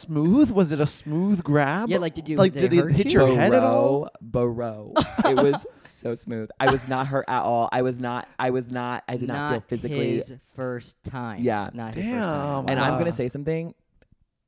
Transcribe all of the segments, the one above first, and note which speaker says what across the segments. Speaker 1: smooth? Was it a smooth grab?
Speaker 2: Yeah, like, did you-
Speaker 1: like
Speaker 2: did
Speaker 1: did
Speaker 2: they
Speaker 1: it
Speaker 2: hurt
Speaker 1: hit
Speaker 2: you?
Speaker 1: your head at all?
Speaker 3: Bro, it was so smooth. I was not hurt at all. I was not. I was not. I did not, feel physically.
Speaker 2: his first time.
Speaker 3: Yeah.
Speaker 2: not his first time.
Speaker 1: Damn.
Speaker 3: and I'm
Speaker 1: Wow.
Speaker 3: gonna say something.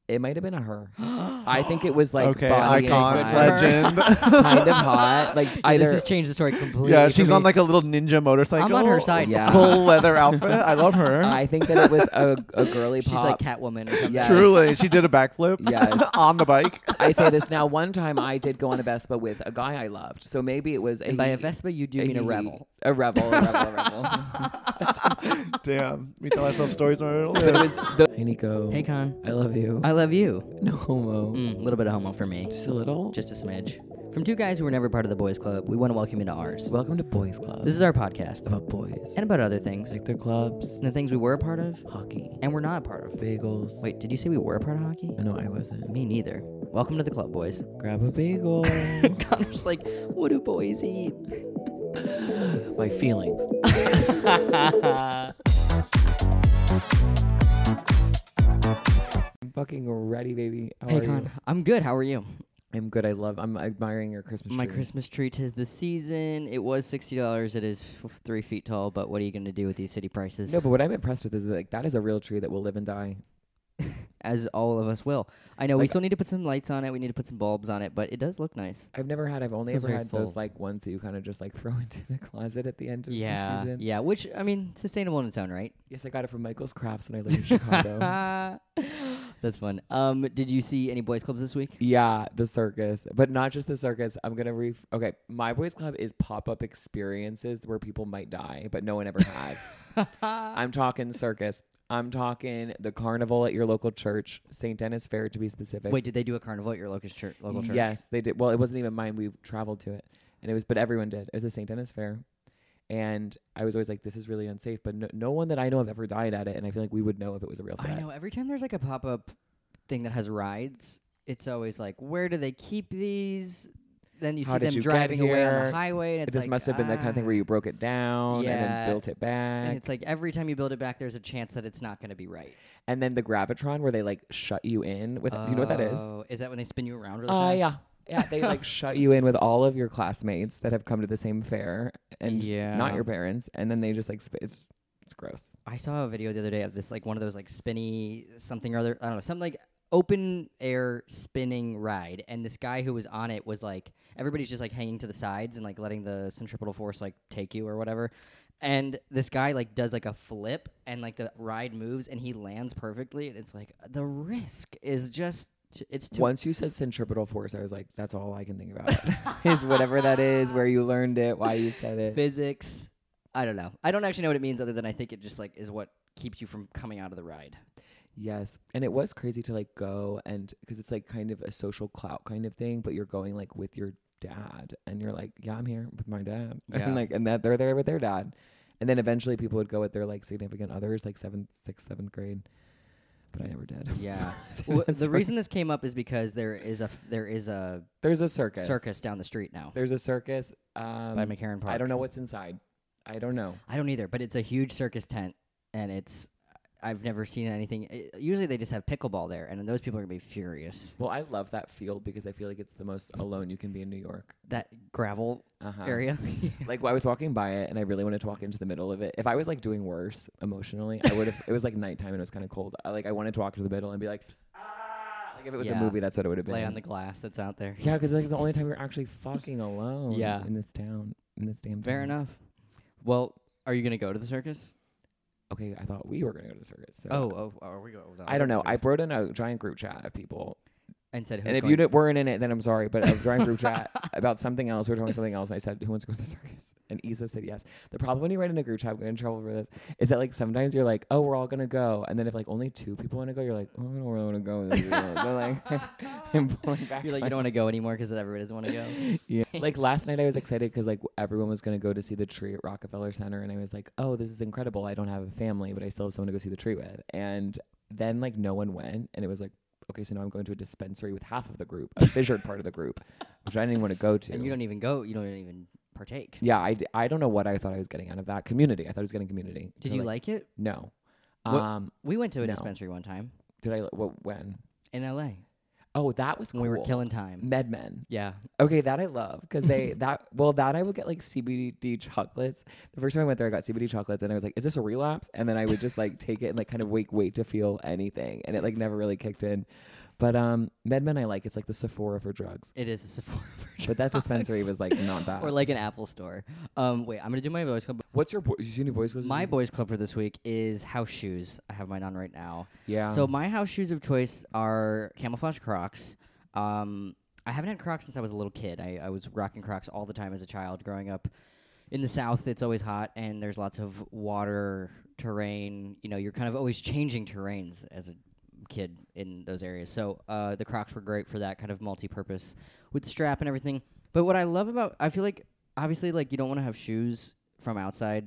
Speaker 3: It might have been a her. I think it was like
Speaker 1: okay,
Speaker 3: body
Speaker 1: icon,
Speaker 3: and
Speaker 2: Good for her.
Speaker 1: legend.
Speaker 3: kind of hot. Like
Speaker 2: Yeah,
Speaker 3: either
Speaker 2: this has changed the story completely.
Speaker 1: yeah,
Speaker 2: for
Speaker 1: she's
Speaker 2: me.
Speaker 1: on like a little ninja motorcycle.
Speaker 2: I'm on her side.
Speaker 3: Yeah.
Speaker 1: Full leather outfit. I love her.
Speaker 3: I think that it was a, a girly
Speaker 2: She's
Speaker 3: pop.
Speaker 2: like Catwoman or something.
Speaker 3: Yes.
Speaker 1: Truly, she did a backflip.
Speaker 3: Yes.
Speaker 1: on the bike.
Speaker 3: I say this now. One time I did go on a Vespa with a guy I loved, so maybe it was a
Speaker 2: And by a Vespa, you do mean a
Speaker 3: he-
Speaker 2: revel.
Speaker 3: a revel, a revel, a revel.
Speaker 1: Damn, we tell ourselves stories when we're
Speaker 3: but it
Speaker 1: older.
Speaker 3: was the hey Nico.
Speaker 2: Hey, Con.
Speaker 3: I love you. Mm.
Speaker 2: I love you.
Speaker 3: no homo.
Speaker 2: A little bit of homo for me.
Speaker 3: Just a little.
Speaker 2: Just a smidge. From two guys who were never part of the boys' club, we want to welcome you to ours.
Speaker 3: welcome to Boys Club.
Speaker 2: This is our podcast
Speaker 3: about boys
Speaker 2: and about other things,
Speaker 3: like their clubs,
Speaker 2: and the things we were a part of
Speaker 3: hockey,
Speaker 2: and we're not a part of.
Speaker 3: bagels.
Speaker 2: Wait, did you say we were a part of hockey?
Speaker 3: no, I wasn't.
Speaker 2: Me neither. Welcome to the club, boys.
Speaker 3: Grab a bagel.
Speaker 2: Connor's like, what do boys eat?
Speaker 3: My feelings. I'm fucking ready, baby. How
Speaker 2: Hey,
Speaker 3: are you?
Speaker 2: Con. I'm good. How are you?
Speaker 3: I'm good. I love. I'm admiring your Christmas
Speaker 2: My
Speaker 3: tree.
Speaker 2: Christmas tree tis the season. It was sixty dollars. It is f- three feet tall. But what are you going to do with these city prices?
Speaker 3: No, but what I'm impressed with is that, like that is a real tree that will live and die.
Speaker 2: As all of us will. I know we
Speaker 3: Like-
Speaker 2: still need to put some lights on it. We need to put some bulbs on it. But it does look nice.
Speaker 3: I've never had. I've only
Speaker 2: Feels
Speaker 3: ever
Speaker 2: very
Speaker 3: had those
Speaker 2: full.
Speaker 3: like ones that you kind of just like throw into the closet at the end of the
Speaker 2: Yeah,
Speaker 3: season.
Speaker 2: yeah. Which I mean, sustainable in its own right.
Speaker 3: Yes, I got it from Michael's Crafts when I lived in Chicago.
Speaker 2: That's fun. Um, did you see any boys clubs this week?
Speaker 3: Yeah, the circus, but not just the circus. I'm gonna re. Okay, my boys club is pop up experiences where people might die, but no one ever has. I'm talking circus. I'm talking the carnival at your local church, St. Dennis Fair to be specific.
Speaker 2: Wait, did they do a carnival at your local church? Local church?
Speaker 3: Yes, they did. Well, it wasn't even mine. We traveled to it, and it was, but everyone did. It was the St. Dennis Fair, and I was always like, "This is really unsafe," but no, no one that I know of ever died at it, and I feel like we would know if it was a real threat.
Speaker 2: I know. Every time there's like a pop up thing that has rides, it's always like, where do they keep these? Then you
Speaker 3: How
Speaker 2: see
Speaker 3: did
Speaker 2: them
Speaker 3: you get
Speaker 2: driving away on
Speaker 3: here?
Speaker 2: the highway, and it's
Speaker 3: This
Speaker 2: like, ah.
Speaker 3: must have been the kind of thing where you broke it down and
Speaker 2: Yeah.
Speaker 3: then built it
Speaker 2: ah.
Speaker 3: back.
Speaker 2: And it's like every time you build it back, there's a chance that it's not going to be right.
Speaker 3: and then the gravitron where they like shut you in with do you know what that is
Speaker 2: Oh, Is that when they spin you around really fast?
Speaker 3: oh yeah yeah they like shut you in with all of your classmates that have come to the same fair and not
Speaker 2: Yeah.
Speaker 3: your parents and then they just like sp- it's, it's gross
Speaker 2: I saw a video the other day of this like one of those like spinny something or other. I don't know, some like open air spinning ride, and this guy who was on it was like everybody's just like hanging to the sides and like letting the centripetal force like take you or whatever. And this guy like does like a flip and like the ride moves and he lands perfectly, and it's like the risk is just it's too
Speaker 3: once you said centripetal force i was like that's all i can think about is whatever that is where you learned it why you said it
Speaker 2: physics. I don't know. I don't actually know what it means other than I think it just like is what keeps you from coming out of the ride.
Speaker 3: yes and it was crazy to like go and because it's like kind of a social clout kind of thing but you're going like with your dad and you're like yeah i'm here with my dad
Speaker 2: Yeah.
Speaker 3: and like and that they're there with their dad and then eventually people would go with their like significant others like seventh sixth seventh grade but i never did
Speaker 2: Yeah.
Speaker 3: So
Speaker 2: well,
Speaker 3: that's
Speaker 2: the
Speaker 3: where-
Speaker 2: reason this came up is because there is a f- there is a
Speaker 3: there's a circus
Speaker 2: circus down the street now
Speaker 3: there's a circus um
Speaker 2: by McCarran Park.
Speaker 3: i don't know what's inside i don't know
Speaker 2: I don't either, but it's a huge circus tent, and it's I've never seen anything. i usually they just have pickleball there, and those people are gonna be furious.
Speaker 3: well i love that field because i feel like it's the most alone you can be in new york
Speaker 2: That gravel
Speaker 3: uh-huh.
Speaker 2: area.
Speaker 3: like I was walking by it and I really wanted to walk into the middle of it. If I was like doing worse emotionally, I would have. it was like nighttime and it was kind of cold. I, like I wanted to walk into the middle and be like, ah! like if it was
Speaker 2: Yeah.
Speaker 3: a movie, that's what it would have been.
Speaker 2: Lay on the glass that's out there.
Speaker 3: yeah, because like the only time we were actually fucking alone.
Speaker 2: Yeah.
Speaker 3: in this town, in this damn.
Speaker 2: Fair
Speaker 3: town.
Speaker 2: enough. Well, are you gonna go to the circus?
Speaker 3: Okay, I thought we were gonna go to the circus. So
Speaker 2: Oh, oh, oh, are we go?
Speaker 3: I don't know. I wrote in a giant group chat of people,
Speaker 2: and said, Who's
Speaker 3: and if
Speaker 2: going?
Speaker 3: you d- weren't in it, then I'm sorry. But a giant group chat about something else. We were talking something else, and I said, "Who wants to go to the circus?" And Isa said, "Yes." The problem when you write in a group chat, I'm getting in trouble for this, is that like sometimes you're like, "Oh, we're all gonna go," and then if like only two people want to go, you're like, "Oh, I don't really want to go." with you." They're like, I'm pulling back.
Speaker 2: you're like, you don't want to go anymore because everybody doesn't want to go.
Speaker 3: yeah. Like last night, I was excited because like everyone was gonna go to see the tree at Rockefeller Center, and I was like, "Oh, this is incredible! I don't have a family, but I still have someone to go see the tree with." And then like no one went, and it was like, "Okay, so now I'm going to a dispensary with half of the group, a fissured part of the group, which I didn't even want to go to."
Speaker 2: and you don't even go. You don't even partake.
Speaker 3: yeah, I, d- I don't know what I thought I was getting out of that community. I thought I was getting community.
Speaker 2: Did
Speaker 3: So,
Speaker 2: you like it?
Speaker 3: No.
Speaker 2: What-
Speaker 3: Um,
Speaker 2: We went to a
Speaker 3: No.
Speaker 2: dispensary one time.
Speaker 3: did I? What? When?
Speaker 2: in LA
Speaker 3: Oh, that was cool.
Speaker 2: when we were killing time.
Speaker 3: MedMen.
Speaker 2: Yeah.
Speaker 3: Okay, that I love because they that well that I would get like CBD chocolates. The first time I went there, I got CBD chocolates, and I was like, "Is this a relapse?" And then I would just like take it and like kind of wait, wait to feel anything, and it like never really kicked in. But um, MedMen, I like. It's like the Sephora for drugs.
Speaker 2: It is a Sephora for
Speaker 3: But that dispensary was like not bad.
Speaker 2: or like an Apple store. Um, wait, I'm gonna do my voice club.
Speaker 3: What's your bo- you see any boys? Clubs?
Speaker 2: My boys club for this week is house shoes. I have mine on right now.
Speaker 3: yeah.
Speaker 2: So my house shoes of choice are camouflage Crocs. Um, I haven't had Crocs since I was a little kid. I, I was rocking Crocs all the time as a child growing up. In the South, it's always hot, and there's lots of water terrain. You know, you're kind of always changing terrains as a kid in those areas. So uh, the Crocs were great for that kind of multi-purpose with the strap and everything. But what I love about, I feel like obviously like you don't want to have shoes from outside.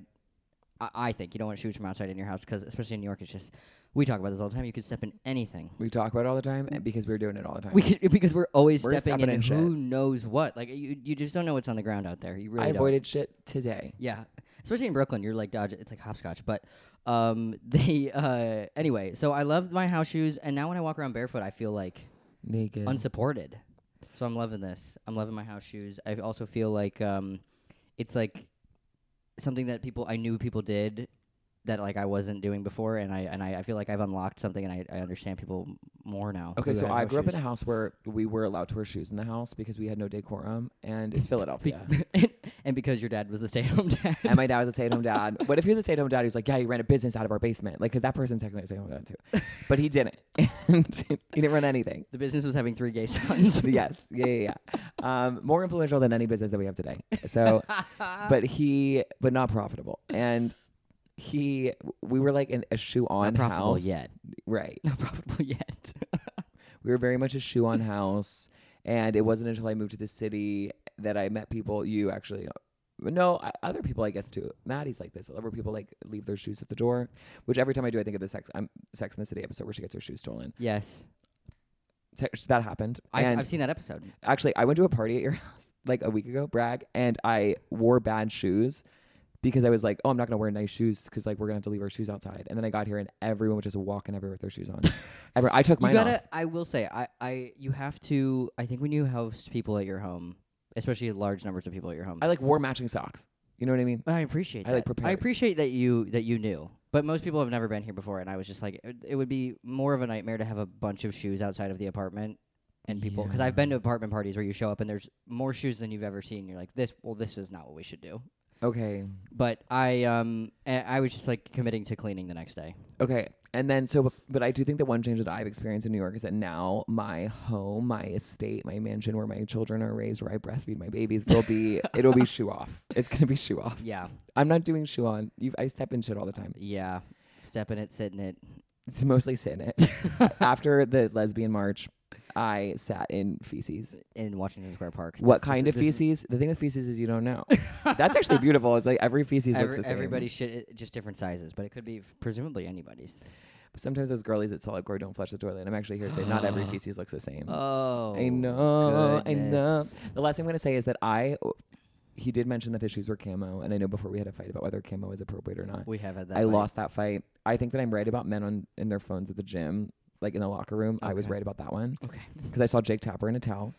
Speaker 2: I, I think you don't want shoes from outside in your house because especially in New York, it's just we talk about this all the time. You could step in anything.
Speaker 3: we talk about it all the time and- because we were doing it all the time.
Speaker 2: Mm. We could, because we're always
Speaker 3: We're
Speaker 2: stepping,
Speaker 3: stepping
Speaker 2: in,
Speaker 3: in shit.
Speaker 2: who knows what. Like you, you just don't know what's on the ground out there. You really
Speaker 3: I
Speaker 2: don't.
Speaker 3: avoided shit today.
Speaker 2: Yeah, especially in Brooklyn, you're like dodge. It's like hopscotch. But um, they uh, anyway. So I love my house shoes, and now when I walk around barefoot, I feel like
Speaker 3: Naked.
Speaker 2: unsupported. So I'm loving this. I'm loving my house shoes. I also feel like um, it's like something that people I knew people did that like I wasn't doing before, and I and I, I feel like I've unlocked something, and I, I understand people more now.
Speaker 3: Okay,
Speaker 2: who
Speaker 3: so
Speaker 2: had
Speaker 3: I
Speaker 2: no
Speaker 3: grew up in
Speaker 2: shoes.
Speaker 3: a house where we were allowed to wear shoes in the house because we had no decorum, and it's Philadelphia.
Speaker 2: and, and because your dad was the stay-at-home dad.
Speaker 3: and my dad was a stay-at-home dad. What if he was a stay-at-home dad who's like, "Yeah, he ran a business out of our basement," like because that person technically was a stay-at-home dad too, but he didn't. And he didn't run anything.
Speaker 2: the business was having three gay sons.
Speaker 3: yes, yeah, yeah, yeah. Um, more influential than any business that we have today. So, but he, but not profitable, and he, we were like in a shoe on
Speaker 2: Not profitable
Speaker 3: house
Speaker 2: yet.
Speaker 3: right?
Speaker 2: Not profitable yet.
Speaker 3: We were very much a shoe on house, and it wasn't until I moved to the city that I met people. You actually. No, I- other people I guess too. Maddie's like this, where people like leave their shoes at the door. Which every time I do, I think of the sex, um, Sex in the City episode where she gets her shoes stolen.
Speaker 2: yes,
Speaker 3: Se- That happened.
Speaker 2: I've,
Speaker 3: And-
Speaker 2: I've seen that episode.
Speaker 3: Actually, I went to a party at your house like a week ago, brag, and I wore bad shoes because I was like, oh, I'm not gonna wear nice shoes because like we're gonna have to leave our shoes outside. And then I got here and everyone was just walking everywhere with their shoes on. Ever, I took
Speaker 2: You
Speaker 3: mine
Speaker 2: gotta.
Speaker 3: off.
Speaker 2: I will say, I, I, you have to. I think when you host people at your home, especially large numbers of people at your home,
Speaker 3: I like wore matching socks. You know what I mean?
Speaker 2: But I appreciate.
Speaker 3: I, like,
Speaker 2: that. I
Speaker 3: prepared.
Speaker 2: appreciate that you that you knew. But most people have never been here before, and I was just like, it, it would be more of a nightmare to have a bunch of shoes outside of the apartment. And people, because I've been to apartment parties where you show up and there's more shoes than you've ever seen. You're like, this, well, this is not what we should do.
Speaker 3: Okay,
Speaker 2: But I, um, a- I was just like committing to cleaning the next day.
Speaker 3: okay. And then so, but I do think that one change that I've experienced in New York is that now my home, my estate, my mansion where my children are raised, where I breastfeed my babies, will be it'll be shoe off. It's gonna be shoe off.
Speaker 2: Yeah,
Speaker 3: I'm not doing shoe on. You, I step in shit all the time.
Speaker 2: yeah, stepping it, sitting it.
Speaker 3: It's mostly sit in it. After the lesbian march, I sat in feces.
Speaker 2: in Washington Square Park.
Speaker 3: What
Speaker 2: This-
Speaker 3: kind
Speaker 2: this-
Speaker 3: of
Speaker 2: this-
Speaker 3: feces? The thing with feces is you don't know. That's actually beautiful. It's like every feces looks
Speaker 2: Every,
Speaker 3: the same.
Speaker 2: everybody shit, just different sizes, but it could be presumably anybody's.
Speaker 3: Sometimes those girlies at Solid Gore don't flush the toilet. And I'm actually here to say not every feces looks the same.
Speaker 2: Oh,
Speaker 3: I know. I know.
Speaker 2: goodness.
Speaker 3: The last thing I'm going to say is that I, he did mention that his shoes were camo. And I know before we had a fight about whether camo is appropriate or not.
Speaker 2: We have had that.
Speaker 3: I
Speaker 2: fight.
Speaker 3: lost that fight. I think that I'm right about men on in their phones at the gym, like in the locker room. I was
Speaker 2: Okay.
Speaker 3: right about that one
Speaker 2: Okay.
Speaker 3: because I saw Jake Tapper in a towel.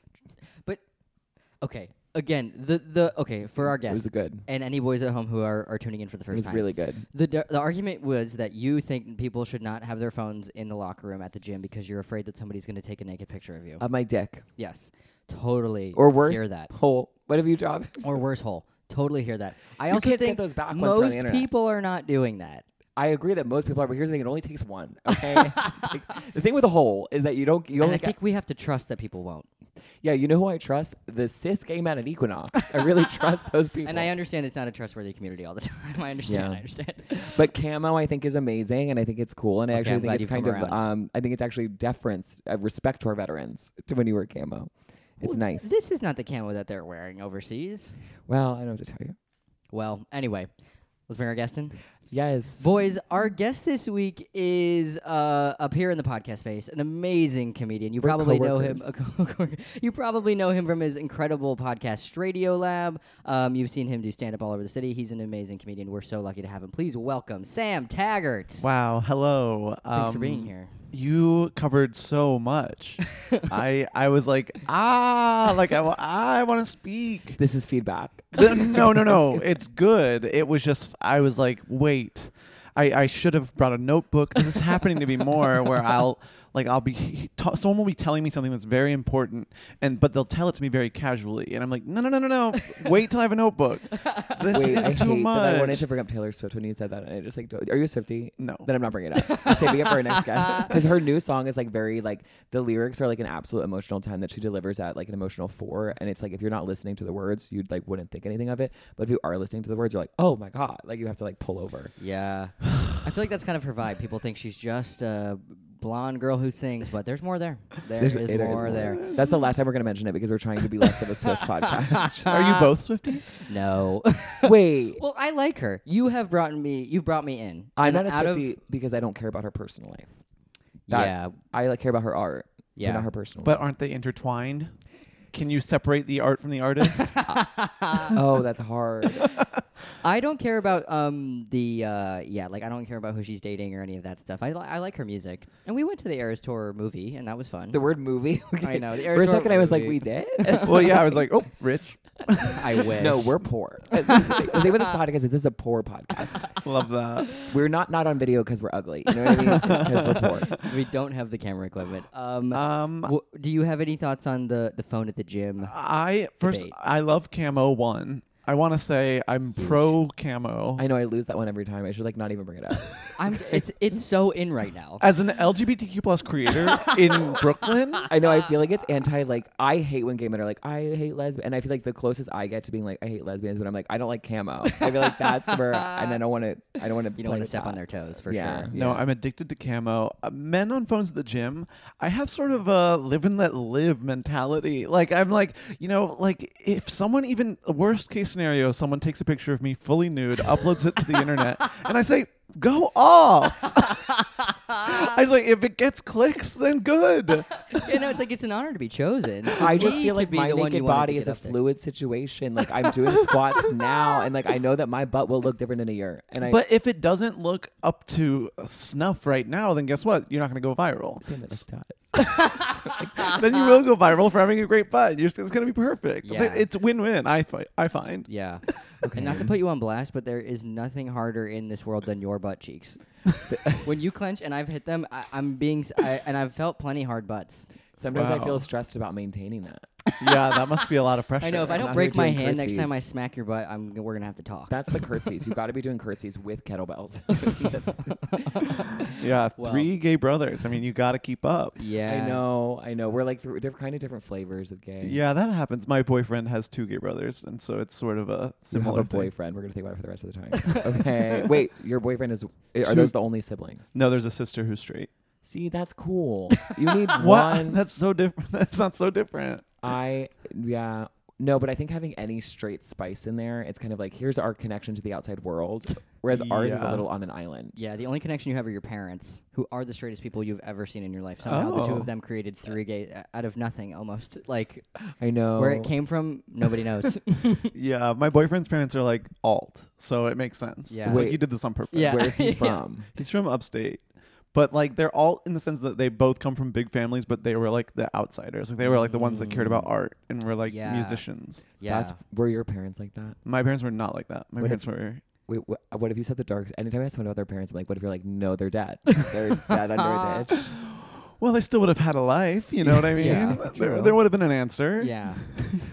Speaker 2: Okay. Again, the the okay for our
Speaker 3: It
Speaker 2: guests
Speaker 3: was good.
Speaker 2: and any boys at home who are, are tuning in for the
Speaker 3: It
Speaker 2: first
Speaker 3: was
Speaker 2: time.
Speaker 3: really good.
Speaker 2: the d- the argument was that you think people should not have their phones in the locker room at the gym because you're afraid that somebody's going to take a naked picture of you.
Speaker 3: Of my dick
Speaker 2: yes, totally.
Speaker 3: Uh, or worse,
Speaker 2: hear that.
Speaker 3: hole. Oh, What have you dropped?
Speaker 2: Or worse, whole. Totally hear that. I
Speaker 3: You
Speaker 2: also
Speaker 3: can't get
Speaker 2: think
Speaker 3: those back once they're on the
Speaker 2: most
Speaker 3: internet.
Speaker 2: people are not doing that.
Speaker 3: I agree that most people are, but here's the thing: it only takes one. Okay. Like, the thing with a hole is that you don't. You
Speaker 2: And
Speaker 3: only.
Speaker 2: I
Speaker 3: Get,
Speaker 2: think we have to trust that people won't.
Speaker 3: yeah, you know who I trust? The cis gay men at Equinox. I really trust those people.
Speaker 2: And I understand it's not a trustworthy community all the time. I understand.
Speaker 3: Yeah.
Speaker 2: I understand.
Speaker 3: But camo, I think, is amazing, and I think it's cool, and I
Speaker 2: Okay, I'm
Speaker 3: actually
Speaker 2: glad
Speaker 3: think
Speaker 2: you've
Speaker 3: it's kind
Speaker 2: come
Speaker 3: of,
Speaker 2: around.
Speaker 3: um, I think it's actually deference, uh, respect to our veterans to when you wear camo. It's
Speaker 2: Well,
Speaker 3: nice.
Speaker 2: This is not the camo that they're wearing overseas.
Speaker 3: well, I don't have to tell you.
Speaker 2: Well, anyway, let's bring our guest in.
Speaker 3: Yes.
Speaker 2: Boys, our guest this week is uh, up here in the podcast space, an amazing comedian. You
Speaker 3: We're
Speaker 2: probably know him. you probably know him from his incredible podcast, Stradio Lab. Um, you've seen him do stand up all over the city. He's an amazing comedian. We're so lucky to have him. Please welcome Sam Taggart.
Speaker 1: Wow. Hello. Um,
Speaker 3: Um,
Speaker 2: Thanks for being here.
Speaker 1: you covered so much. I I was like, ah, like I, wa- I want to speak.
Speaker 3: This is feedback.
Speaker 1: Th- no, no, no. It's good. It was just I was like, wait. I, I should have brought a notebook. This is happening to me more where I'll like I'll be he- ta- someone will be telling me something that's very important and but they'll tell it to me very casually and I'm like, "No, no, no, no, no. Wait till I have a notebook." This
Speaker 3: Wait,
Speaker 1: is
Speaker 3: I
Speaker 1: too
Speaker 3: hate
Speaker 1: much.
Speaker 3: that I wanted to bring up Taylor Swift when you said that, and I just like, don't- are you a Swifty?
Speaker 1: No.
Speaker 3: Then I'm not bringing it up. I'm saving it for our next guest because her new song is like very like the lyrics are like an absolute emotional ten that she delivers at like an emotional four, and it's like if you're not listening to the words, you'd like wouldn't think anything of it, but if you are listening to the words, you're like, oh my god, like you have to like pull over.
Speaker 2: Yeah. I feel like that's kind of her vibe. People think she's just a blonde girl who sings, but there's more there.
Speaker 3: There's-
Speaker 2: there
Speaker 3: it
Speaker 2: is
Speaker 3: is
Speaker 2: more there.
Speaker 3: That's the last time we're gonna mention it because we're trying to be less of a Swift podcast.
Speaker 1: Are you both Swifties?
Speaker 2: No.
Speaker 3: Wait,
Speaker 2: well, I like her. You have brought me. You've brought me in.
Speaker 3: I'm
Speaker 2: And
Speaker 3: not a
Speaker 2: out of-
Speaker 3: Swifty because I don't care about her personal life. That-
Speaker 2: yeah.
Speaker 3: I like care about her art,
Speaker 2: Yeah.
Speaker 3: but not her personal.
Speaker 1: But aren't they intertwined? Can you separate the art from the artist?
Speaker 3: oh, that's hard.
Speaker 2: I don't care about um the uh yeah like I don't care about who she's dating or any of that stuff. I li- I like her music. And we went to the Eras Tour movie and that was fun.
Speaker 3: The word movie.
Speaker 2: I know, the
Speaker 3: For a
Speaker 2: Arizona
Speaker 3: second, I was like,
Speaker 2: movie.
Speaker 3: we did?
Speaker 1: well, yeah, I was like, oh, rich.
Speaker 2: I wish.
Speaker 3: no, we're poor. That's- that's The thing with this podcast is this is a poor podcast.
Speaker 1: Love that.
Speaker 3: We're not not on video because we're ugly. You know what I mean? Because we're poor.
Speaker 2: 'Cause we don't have the camera equipment. Um,
Speaker 1: Um,
Speaker 2: wh- do you have any thoughts on the the phone at the gym?
Speaker 3: Uh,
Speaker 1: I first,
Speaker 2: Debate.
Speaker 1: I love camo one. I want to say I'm pro camo.
Speaker 3: I know I lose that one every time. I should like not even bring it up.
Speaker 2: I'm it's it's so in right now.
Speaker 1: As an LGBTQ plus creator in Brooklyn,
Speaker 3: I know I
Speaker 2: Uh,
Speaker 3: feel like it's anti like I hate when gay men are like I hate lesbian, and I feel like the closest I get to being like I hate lesbians when I'm like I don't like camo. I feel like that's where, and I don't want to. I don't want to.
Speaker 2: You don't want to step on their toes for
Speaker 3: Yeah.
Speaker 2: sure.
Speaker 1: no, I'm addicted to camo. Uh, men on phones at the gym, I have sort of a live and let live mentality. Like I'm like, you know, like if someone even worst case scenario, someone takes a picture of me fully nude, uploads it to the internet, and I say, go off. I was like, if it gets clicks, then good.
Speaker 2: you know, it's like it's an honor to be chosen.
Speaker 3: I just
Speaker 2: Me
Speaker 3: feel
Speaker 2: to
Speaker 3: like
Speaker 2: be
Speaker 3: my
Speaker 2: the one you
Speaker 3: naked
Speaker 2: wanted to
Speaker 3: body is
Speaker 2: get
Speaker 3: a
Speaker 2: up there.
Speaker 3: fluid situation. Like I'm doing squats now, and like I know that my butt will look different in a year. And I
Speaker 1: But if it doesn't look up to snuff right now, then guess what? You're not going to go viral.
Speaker 3: Same that it does.
Speaker 1: then you will go viral for having a great butt. You're just, it's going to be perfect.
Speaker 2: Yeah.
Speaker 1: It's win-win. I fi- I find.
Speaker 2: Yeah. And not to put you on blast, but there is nothing harder in this world than your butt cheeks. when you clench and I've hit them, I, I'm being, s- I, and I've felt plenty hard butts.
Speaker 3: Sometimes I
Speaker 1: Wow.
Speaker 3: feel stressed about maintaining that.
Speaker 1: yeah, that must be a lot of pressure.
Speaker 2: I know if I
Speaker 3: I'm out
Speaker 2: don't
Speaker 3: here
Speaker 2: break my
Speaker 3: doing
Speaker 2: hand next time I
Speaker 3: curtsies.
Speaker 2: smack your butt, I'm g- we're gonna have to talk.
Speaker 3: That's the curtsies. You got to be doing curtsies with kettlebells. That's-
Speaker 1: Yeah,
Speaker 2: Well-
Speaker 1: three gay brothers. I mean, you got to keep up.
Speaker 2: yeah,
Speaker 3: I know, I know. We're like th- diff- kind of different flavors of gay.
Speaker 1: Yeah, that happens. My boyfriend has two gay brothers, and so it's sort of a
Speaker 3: You have
Speaker 1: similar
Speaker 3: a
Speaker 1: thing.
Speaker 3: boyfriend. We're gonna think about it for the rest of the time. okay. Wait, your boyfriend is? Are
Speaker 1: Two-
Speaker 3: those the only siblings?
Speaker 1: No, there's a sister who's straight.
Speaker 3: See, that's cool. You need
Speaker 1: What?
Speaker 3: one.
Speaker 1: That's so different. That's not so different.
Speaker 3: I yeah. No, but I think having any straight spice in there, it's kind of like here's our connection to the outside world, whereas ours is a
Speaker 1: Yeah.
Speaker 3: little on an island.
Speaker 2: Yeah, the only connection you have are your parents, who are the straightest people you've ever seen in your life. Somehow the two
Speaker 1: Oh.
Speaker 2: of them created three gay uh, out of nothing, almost. Like
Speaker 3: I know.
Speaker 2: where it came from, nobody knows.
Speaker 1: Yeah, my boyfriend's parents are like alt, so it makes sense.
Speaker 2: Yeah.
Speaker 1: It's like
Speaker 3: Wait.
Speaker 1: you did this on purpose.
Speaker 2: Yeah.
Speaker 3: Where is he
Speaker 2: Yeah.
Speaker 3: from?
Speaker 1: He's from upstate. But like they're all in the sense that they both come from big families, but they were like the outsiders. Like they were like the ones that cared about art and were like
Speaker 2: Mm. Yeah.
Speaker 1: musicians.
Speaker 2: yeah,
Speaker 3: That's were your parents like that?
Speaker 1: My parents were not like that. My
Speaker 3: What if-
Speaker 1: parents were
Speaker 3: Wait, what, what if you said the dark? Anytime I ask someone about their parents, I'm like, what if you're like, no, they're dead. They're dead under a ditch.
Speaker 1: well, they still would have had a life, you know what I mean?
Speaker 2: Yeah,
Speaker 1: there,
Speaker 3: true.
Speaker 1: there would have been an answer.
Speaker 2: yeah.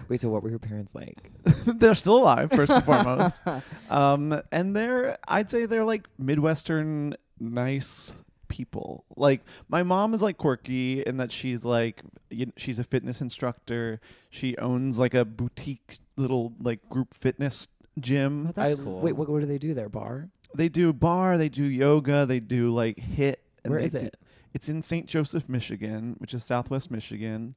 Speaker 3: Wait, so what were your parents like?
Speaker 1: they're still alive, first and foremost. Um, and they're I'd say they're like Midwestern nice people. Like my mom is like quirky in that she's like you she's a fitness instructor. She owns like a boutique little like group fitness gym.
Speaker 2: that's
Speaker 3: I-
Speaker 2: cool.
Speaker 3: Wait, what, what do they do there? Bar?
Speaker 1: They do bar, they do yoga, they do like hit. and
Speaker 3: Where
Speaker 1: they
Speaker 3: is
Speaker 1: do-
Speaker 3: it?
Speaker 1: it's in St. Joseph, Michigan, which is Southwest Michigan.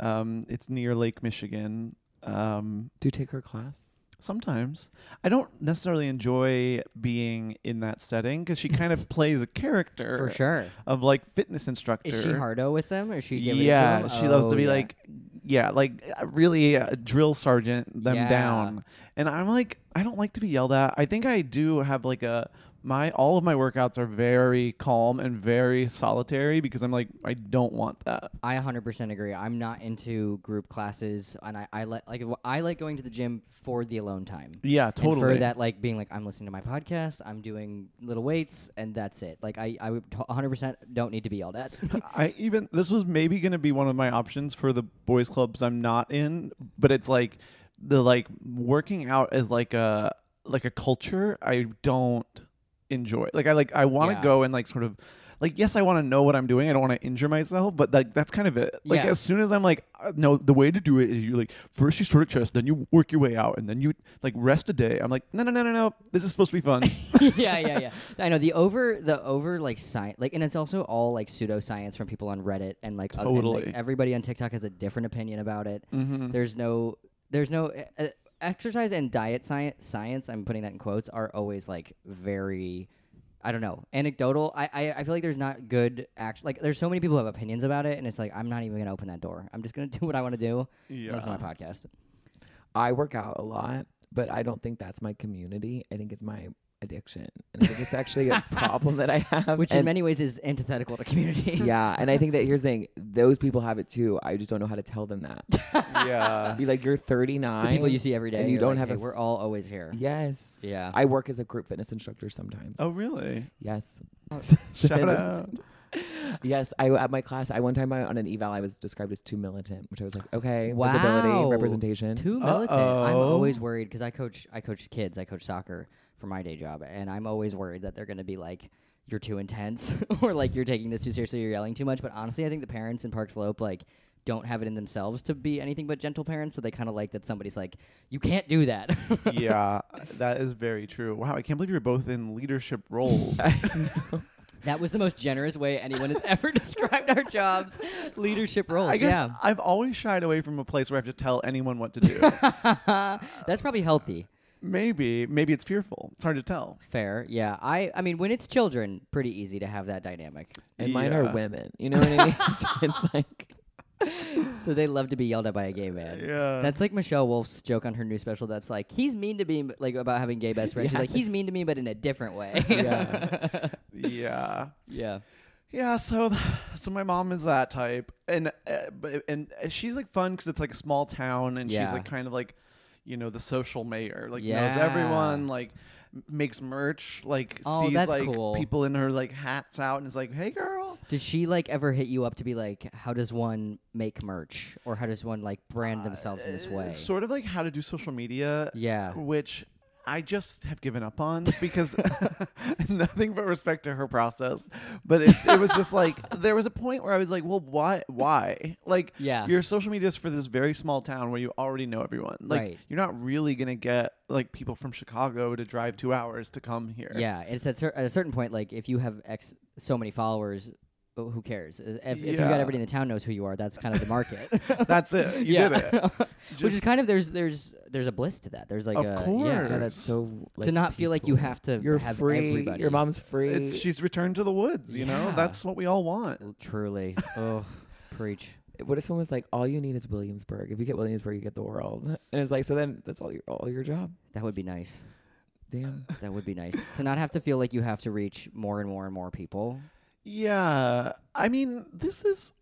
Speaker 1: Um, it's near Lake Michigan. Um,
Speaker 3: Do you take her class?
Speaker 1: Sometimes I don't necessarily enjoy being in that setting because she kind of plays a character
Speaker 2: For sure.
Speaker 1: of like fitness instructor.
Speaker 2: Is she hardo with them, or is she giving
Speaker 1: er. yeah,
Speaker 2: it to them?
Speaker 1: she loves to
Speaker 2: Oh,
Speaker 1: be
Speaker 2: yeah.
Speaker 1: like, yeah, like uh, really uh, drill sergeant them
Speaker 2: Yeah.
Speaker 1: down. And I'm like, I don't like to be yelled at. I think I do have like a my all of my workouts are very calm and very solitary because I'm like I don't want that.
Speaker 2: I 100% agree. I'm not into group classes, and I, I like like w- I like going to the gym for the alone time.
Speaker 1: Yeah,
Speaker 2: And
Speaker 1: totally.
Speaker 2: for that, like being like, I'm listening to my podcast, I'm doing little weights, and that's it. Like I, I would t- 100% don't need to be yelled at.
Speaker 1: I even this was maybe going to be one of my options for the boys clubs I'm not in, but it's like the like working out as like a like a culture I don't enjoy. Like I like I want to
Speaker 2: Yeah.
Speaker 1: go and like sort of like yes I want to know what I'm doing. I don't want to injure myself, but like that's kind of it. Like
Speaker 2: Yeah.
Speaker 1: as soon as I'm like uh, no, the way to do it is you like first you start at chest, then you work your way out, and then you like rest a day. I'm like no no no no no. This is supposed to be fun.
Speaker 2: yeah, yeah, yeah. I know the over the over like science like and it's also all like pseudoscience from people on Reddit and like oth- and, like,
Speaker 1: Totally.
Speaker 2: everybody on TikTok has a different opinion about it.
Speaker 1: Mhm.
Speaker 2: There's no there's no uh, uh, exercise and diet science science I'm putting that in quotes are always like very I don't know anecdotal. I I, I feel like there's not good act like there's so many people who have opinions about it and it's like I'm not even gonna open that door. I'm just gonna do what I want to do. and Listen to my podcast.
Speaker 3: I work out a lot, but I don't think that's my community. I think it's my addiction. And I think it's actually a problem that I have.
Speaker 2: Which in
Speaker 3: and
Speaker 2: many ways is antithetical to community.
Speaker 3: yeah, and I think that here's the thing: those people have it too. I just don't know how to tell them that.
Speaker 1: yeah.
Speaker 3: Be like, you're 39.
Speaker 2: The people you see every day,
Speaker 3: and you
Speaker 2: you're
Speaker 3: don't
Speaker 2: like,
Speaker 3: have
Speaker 2: "Hey,
Speaker 3: a f-
Speaker 2: we're all always here.
Speaker 3: Yes.
Speaker 2: Yeah.
Speaker 3: I work as a group fitness instructor sometimes.
Speaker 1: Oh really?
Speaker 3: Yes.
Speaker 1: Shout out.
Speaker 3: Yes, I at my class. I one time I, on an eval, I was described as too militant, which I was like, okay, visibility,
Speaker 2: Wow.
Speaker 3: representation.
Speaker 2: Too militant. I'm
Speaker 1: Uh-oh.
Speaker 2: always worried because I coach I coach kids. I coach soccer for my day job, and I'm always worried that they're going to be like, "You're too intense," or like, "You're taking this too seriously. You're yelling too much." But honestly, I think the parents in Park Slope like don't have it in themselves to be anything but gentle parents, so they kind of like that somebody's like, "You can't do that."
Speaker 1: yeah, that is very true. Wow, I can't believe you're both in leadership roles.
Speaker 2: that was the most generous way anyone has ever described our jobs, leadership roles.
Speaker 1: I guess
Speaker 2: yeah.
Speaker 1: I've always shied away from a place where I have to tell anyone what to do.
Speaker 2: That's probably healthy.
Speaker 1: maybe, maybe it's fearful. It's hard to tell.
Speaker 2: Fair. Yeah. I I mean when it's children, pretty easy to have that dynamic.
Speaker 3: and mine
Speaker 1: Yeah.
Speaker 3: are women. You know what I mean? It's- it's like
Speaker 2: So they love to be yelled at by a gay man.
Speaker 1: Yeah.
Speaker 2: That's like Michelle Wolf's joke on her new special that's like he's mean to me like about having gay best friends. She's like he's
Speaker 3: Yes.
Speaker 2: mean to me but in a different way.
Speaker 3: Yeah.
Speaker 1: yeah.
Speaker 2: yeah.
Speaker 1: Yeah, so so my mom is that type, and uh, but- and she's like fun because it's like a small town, and she's
Speaker 2: Yeah.
Speaker 1: like kind of like, you know, the social mayor, like knows
Speaker 2: Yeah.
Speaker 1: everyone, like m- makes merch, like
Speaker 2: Oh,
Speaker 1: sees
Speaker 2: that's
Speaker 1: like
Speaker 2: cool.
Speaker 1: people in her like hats out, and is like, hey girl,
Speaker 2: Did she like ever hit you up to be like how does one make merch or how does one like brand themselves in this way?
Speaker 1: Uh, sort of like how to do social media
Speaker 2: yeah.
Speaker 1: which I just have given up on because nothing but respect to her process. But it, it was just like there was a point where I was like, well, why? Why? Like,
Speaker 2: Yeah.
Speaker 1: your social media is for this very small town where you already know everyone. Like,
Speaker 2: Right.
Speaker 1: you're not really gonna get like people from Chicago to drive two hours to come here.
Speaker 2: Yeah, it's at, cer- at a certain point, like if you have X so many followers, uh, who cares? If, if you
Speaker 1: Yeah.
Speaker 2: got everybody in the town knows who you are, that's kind of the market.
Speaker 1: That's it. You
Speaker 2: yeah,
Speaker 1: did it.
Speaker 2: which is
Speaker 1: Just-
Speaker 2: kind of there's there's there's a bliss to that. There's like
Speaker 1: Of
Speaker 2: a,
Speaker 1: course.
Speaker 2: yeah,
Speaker 3: yeah, that's so like,
Speaker 2: to not feel like you
Speaker 3: peaceful.
Speaker 2: have to
Speaker 3: You're
Speaker 2: have
Speaker 3: free.
Speaker 2: everybody.
Speaker 3: Your mom's free.
Speaker 1: It's she's returned to the woods. You know,
Speaker 2: Yeah.
Speaker 1: that's what we all want.
Speaker 2: L- truly. oh, preach.
Speaker 3: what if someone was like, all you need is Williamsburg. If you get Williamsburg, you get the world. And it's like, so then that's all your all your job.
Speaker 2: That would be nice.
Speaker 3: Damn.
Speaker 2: That would be nice to not have to feel like you have to reach more and more and more people.
Speaker 1: Yeah. I mean, this is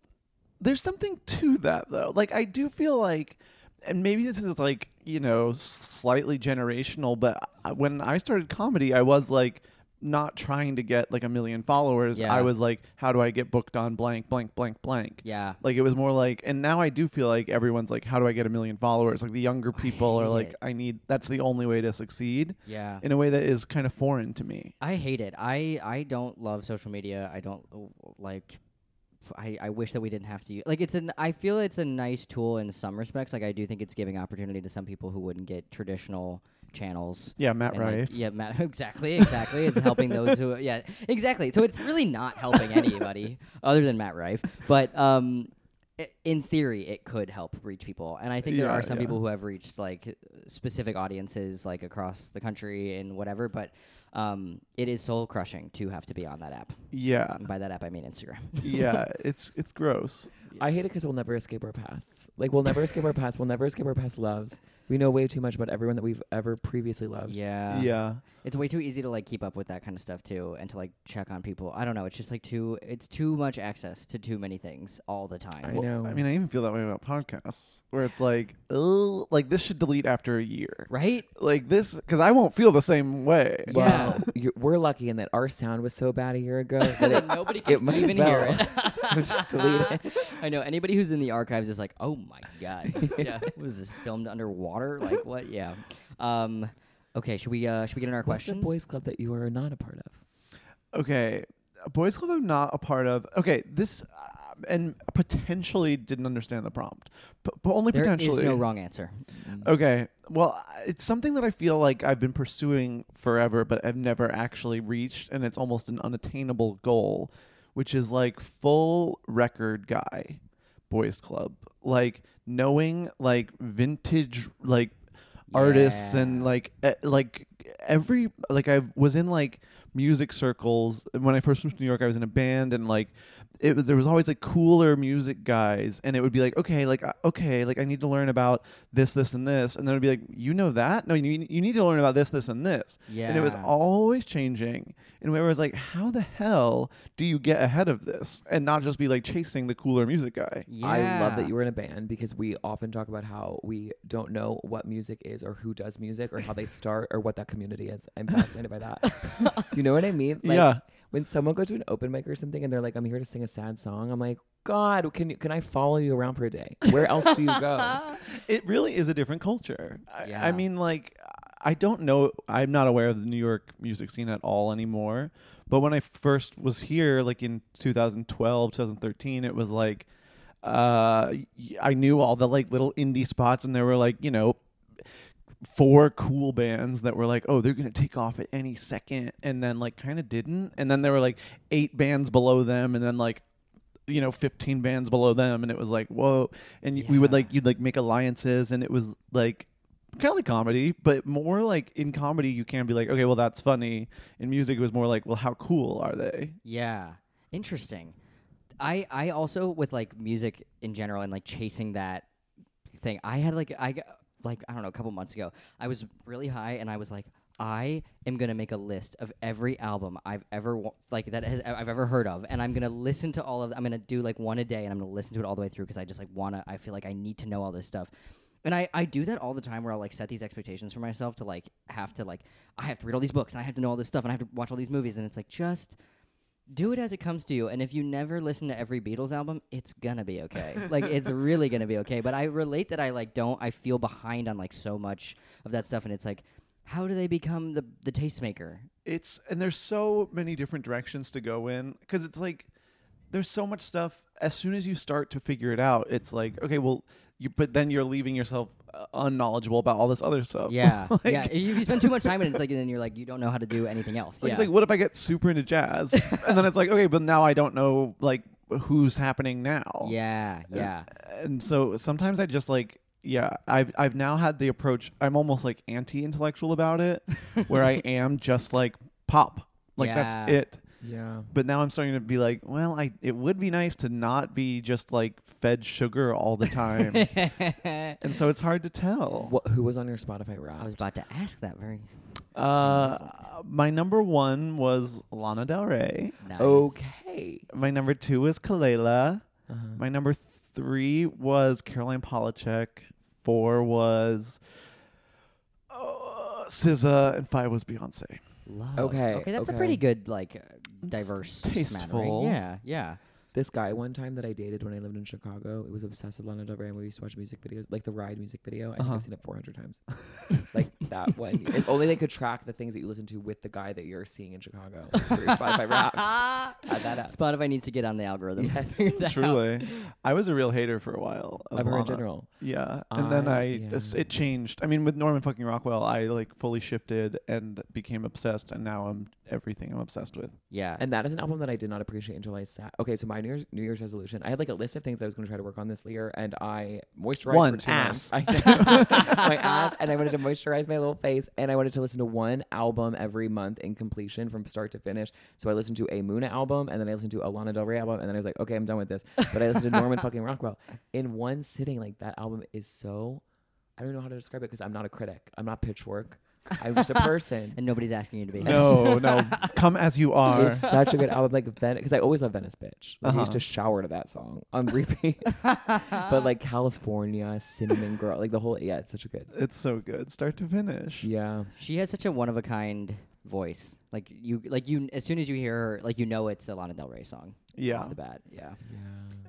Speaker 1: there's something to that though. Like I do feel like and maybe this is like, you know, s- slightly generational, but I- when I started comedy, I was like not trying to get like a million followers.
Speaker 2: Yeah.
Speaker 1: I was like, how do I get booked on blank blank blank blank?
Speaker 2: Yeah.
Speaker 1: Like it was more like and now I do feel like everyone's like how do I get a million followers? Like the younger people are
Speaker 2: hate
Speaker 1: like
Speaker 2: it.
Speaker 1: I need that's the only way to succeed
Speaker 2: Yeah.
Speaker 1: in a way that is kind of foreign to me.
Speaker 2: I hate it. I I don't love social media. I don't uh, like. f- I, I wish that we didn't have to use like it's an I feel it's a nice tool in some respects. Like I do think it's giving opportunity to some people who wouldn't get traditional channels.
Speaker 1: Yeah, Matt
Speaker 2: And, like,
Speaker 1: Rife.
Speaker 2: yeah, Matt. Exactly, exactly. it's helping those who. Yeah, exactly. So it's really not helping anybody other than Matt Rife. But um, i- in theory, it could help reach people, and I think there
Speaker 1: Yeah,
Speaker 2: are some
Speaker 1: yeah.
Speaker 2: people who have reached like specific audiences, like across the country and whatever. But um, it is soul crushing to have to be on that app.
Speaker 1: Yeah.
Speaker 2: And by that app, I mean Instagram.
Speaker 1: Yeah. it's it's gross.
Speaker 3: I hate it because we'll never escape our pasts. Like we'll never escape our pasts. We'll never escape our past loves. We know way too much about everyone that we've ever previously loved.
Speaker 2: yeah.
Speaker 1: yeah.
Speaker 2: It's way too easy to like keep up with that kind of stuff too, and to like check on people. I don't know. It's just like too. It's too much access to too many things all the time.
Speaker 3: I
Speaker 1: Well,
Speaker 3: know.
Speaker 1: I mean, I even feel that way about podcasts, where it's like, oh, like this should delete after a year.
Speaker 2: Right?
Speaker 1: Like this, because I won't feel the same way.
Speaker 2: Yeah.
Speaker 3: Wow. you we're lucky in that our sound was so bad a year ago that it,
Speaker 2: Nobody can
Speaker 3: might as
Speaker 2: even hear
Speaker 3: well.
Speaker 2: it.
Speaker 3: Just delete
Speaker 2: it. I know. Anybody who's in the archives is like, oh my god. yeah. Was this filmed underwater? Like what? Yeah. Um. Okay. Should we? Uh. Should we get in our
Speaker 3: what's the
Speaker 2: questions?
Speaker 3: boys' club that you are not a part of?
Speaker 1: Okay, a boys' club I'm not a part of. Okay, this uh, and potentially didn't understand the prompt, but, but only
Speaker 2: There is
Speaker 1: potentially.
Speaker 2: no wrong answer.
Speaker 1: Okay. Well, I- it's something that I feel like I've been pursuing forever, but I've never actually reached, and it's almost an unattainable goal, which is like full record guy, boys club, like knowing like vintage like artists and
Speaker 2: Yeah.
Speaker 1: like e- like every like I was in like music circles when I first moved to New York. I was in a band and like it was there was always like cooler music guys, and it would be like okay, like uh, okay, like I need to learn about this, this, and this, and then it'd be like you know that no, you you need to learn about this, this, and this, and it was
Speaker 2: Yeah.
Speaker 1: always changing. And we was like, how the hell do you get ahead of this and not just be like chasing the cooler music guy?
Speaker 2: Yeah.
Speaker 3: I love that you were in a band because we often talk about how we don't know what music is or who does music or how they start or what that community is. I'm fascinated by that. Do you know what I mean? Like,
Speaker 1: Yeah.
Speaker 3: When someone goes to an open mic or something and they're like, "I'm here to sing a sad song," I'm like, "God, can you, can I follow you around for a day? Where else do you go?"
Speaker 1: it really is a different culture. I, I
Speaker 2: Yeah.
Speaker 1: mean, like, I don't know. I'm not aware of the New York music scene at all anymore. But when I first was here, like in 2012, 2013, it was like, uh, y- I knew all the like little indie spots, and there were like, you know, four cool bands that were like, oh, they're gonna take off at any second, and then like kind of didn't, and then there were like eight bands below them, and then like you know 15 bands below them and it was like whoa and y we would
Speaker 2: Yeah.
Speaker 1: like you'd like make alliances and it was like kind of like comedy but more like in comedy you can be like okay well that's funny in music it was more like well how cool are they
Speaker 2: Yeah. Interesting. I I also with like music in general and like chasing that thing. I had like I got- like I don't know a couple months ago. I was really high and I was like I am gonna make a list of every album I've ever wa- like that has, I've ever heard of, and I'm gonna listen to all of. I'm gonna do like one a day, and I'm gonna listen to it all the way through because I just like wanna. I feel like I need to know all this stuff, and I I do that all the time where I'll like set these expectations for myself to like have to like I have to read all these books and I have to know all this stuff and I have to watch all these movies, and it's like just do it as it comes to you and if you never listen to every beatles album it's gonna be okay like it's really gonna be okay but i relate that i like don't i feel behind on like so much of that stuff and it's like how do they become the the tastemaker
Speaker 1: it's and there's so many different directions to go in because it's like there's so much stuff as soon as you start to figure it out it's like okay well you but then you're leaving yourself uh, unknowledgeable about all this other stuff
Speaker 2: yeah
Speaker 1: Like-
Speaker 2: yeah if you spend too much time in it it's like and then you're like you don't know how to do anything else
Speaker 1: Like,
Speaker 2: yeah
Speaker 1: It's like, what if I get super into jazz? and then it's like, okay, but now I don't know like who's happening now.
Speaker 2: yeah yeah
Speaker 1: And so sometimes I just like, yeah, I've I've now had the approach. I'm almost like anti-intellectual about it, where I am just like pop, like that's
Speaker 2: Yeah.
Speaker 1: it.
Speaker 3: Yeah.
Speaker 1: But now I'm starting to be like, well, I it would be nice to not be just like fed sugar all the time. and so it's hard to tell.
Speaker 3: What, who was on your Spotify rap?
Speaker 2: i was about to ask that very
Speaker 1: Uh, my number one was Lana Del Rey.
Speaker 2: nice.
Speaker 3: okay.
Speaker 1: My number two was Kalela.
Speaker 3: Uh-huh.
Speaker 1: My number three was Caroline Polachek. Four was uh, SZA, and five was Beyonce.
Speaker 2: Love.
Speaker 3: Okay,
Speaker 2: okay that's a
Speaker 3: okay.
Speaker 2: pretty good like uh, diverse
Speaker 1: tasteful.
Speaker 2: smattering yeah yeah
Speaker 3: This guy one time that I dated when I lived in Chicago, it was obsessed with Lana Del Rey. and We used to watch music videos, like the Ride music video. I think
Speaker 1: Uh-huh.
Speaker 3: I've seen it 400 times. like that one. If only they could track the things that you listen to with the guy that you're seeing in Chicago. for your Spotify Wrapped. Add that up.
Speaker 2: Spotify needs to get on the algorithm.
Speaker 3: Yes.
Speaker 2: Figure that out.
Speaker 1: Truly, I was a real hater for a while. Of
Speaker 3: Of her in
Speaker 1: Lana.
Speaker 3: general.
Speaker 1: Yeah, and then
Speaker 3: I-
Speaker 1: I
Speaker 3: yeah.
Speaker 1: it's- it changed. I mean, with Norman fucking Rockwell, I like fully shifted and became obsessed, and now I'm everything I'm obsessed with.
Speaker 2: Yeah.
Speaker 3: And that is an album that I did not appreciate until I sat. Okay, so my New Year's, New Year's resolution, I had like a list of things that I was going to try to work on this year, and I moisturized
Speaker 1: One,
Speaker 3: for two
Speaker 1: ass.
Speaker 3: months. I know. my ass, and I wanted to moisturize my little face. And I wanted to listen to one album every month in completion from start to finish. So I listened to a Muna album, and then I listened to a Lana Del Rey album, and then I was like, okay, I'm done with this. But I listened to Norman fucking Rockwell in one sitting. Like that album is so. I don't know how to describe it because I'm not a critic. I'm not Pitchfork. I'm just a person.
Speaker 2: and nobody's asking you to be.
Speaker 1: No, no. Come as you are.
Speaker 3: It's such a good album, like Venice, because I always love Venice Bitch. Like, I
Speaker 1: Uh-huh.
Speaker 3: used to shower to that song on repeat. but like California, Cinnamon Girl, like the whole yeah, it's such a good
Speaker 1: It's so good, start to finish.
Speaker 3: yeah.
Speaker 2: She has such a one of a kind voice. Like you, like you. As soon as you hear her, like you know it's a Lana Del Rey song
Speaker 1: Yeah.
Speaker 2: off the bat. Yeah,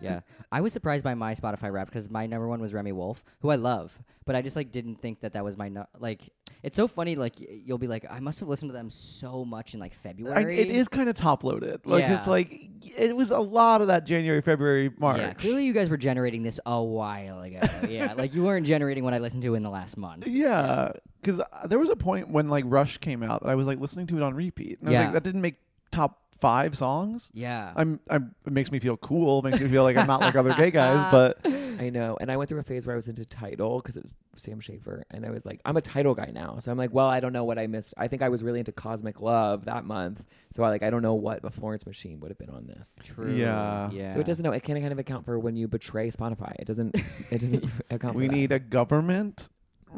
Speaker 2: yeah. I was surprised by my Spotify rap because my number one was Remy Wolf, who I love, but I just like didn't think that that was my nu- like. It's so funny. Like y- you'll be like, I must have listened to them so much in like
Speaker 1: I,
Speaker 2: February.
Speaker 1: it is kind of top loaded. Like it's
Speaker 2: Yeah.
Speaker 1: like it was a lot of that January, February, March.
Speaker 2: Yeah, clearly you guys were generating this a while ago. yeah, like you weren't generating what I listened to in the last month.
Speaker 1: Yeah, because there was a point when like Rush came out that I was like listening to it on repeat, and I was
Speaker 2: Yeah.
Speaker 1: like, that didn't make top five songs.
Speaker 2: Yeah.
Speaker 1: I'm, I'm, it makes me feel cool. Makes me feel like I'm not like other gay guys, but
Speaker 3: I know. And I went through a phase where I was into title because it was Sam Schaefer, and I was like, I'm a title guy now. So I'm like, well, I don't know what I missed. I think I was really into Cosmic Love that month, so I like I don't know what a Florence Machine would have been on this.
Speaker 2: True.
Speaker 1: Yeah.
Speaker 2: Yeah.
Speaker 3: So it doesn't know. It can kind of account for when you betray Spotify. It doesn't. It doesn't account.
Speaker 1: we
Speaker 3: for that.
Speaker 1: need a government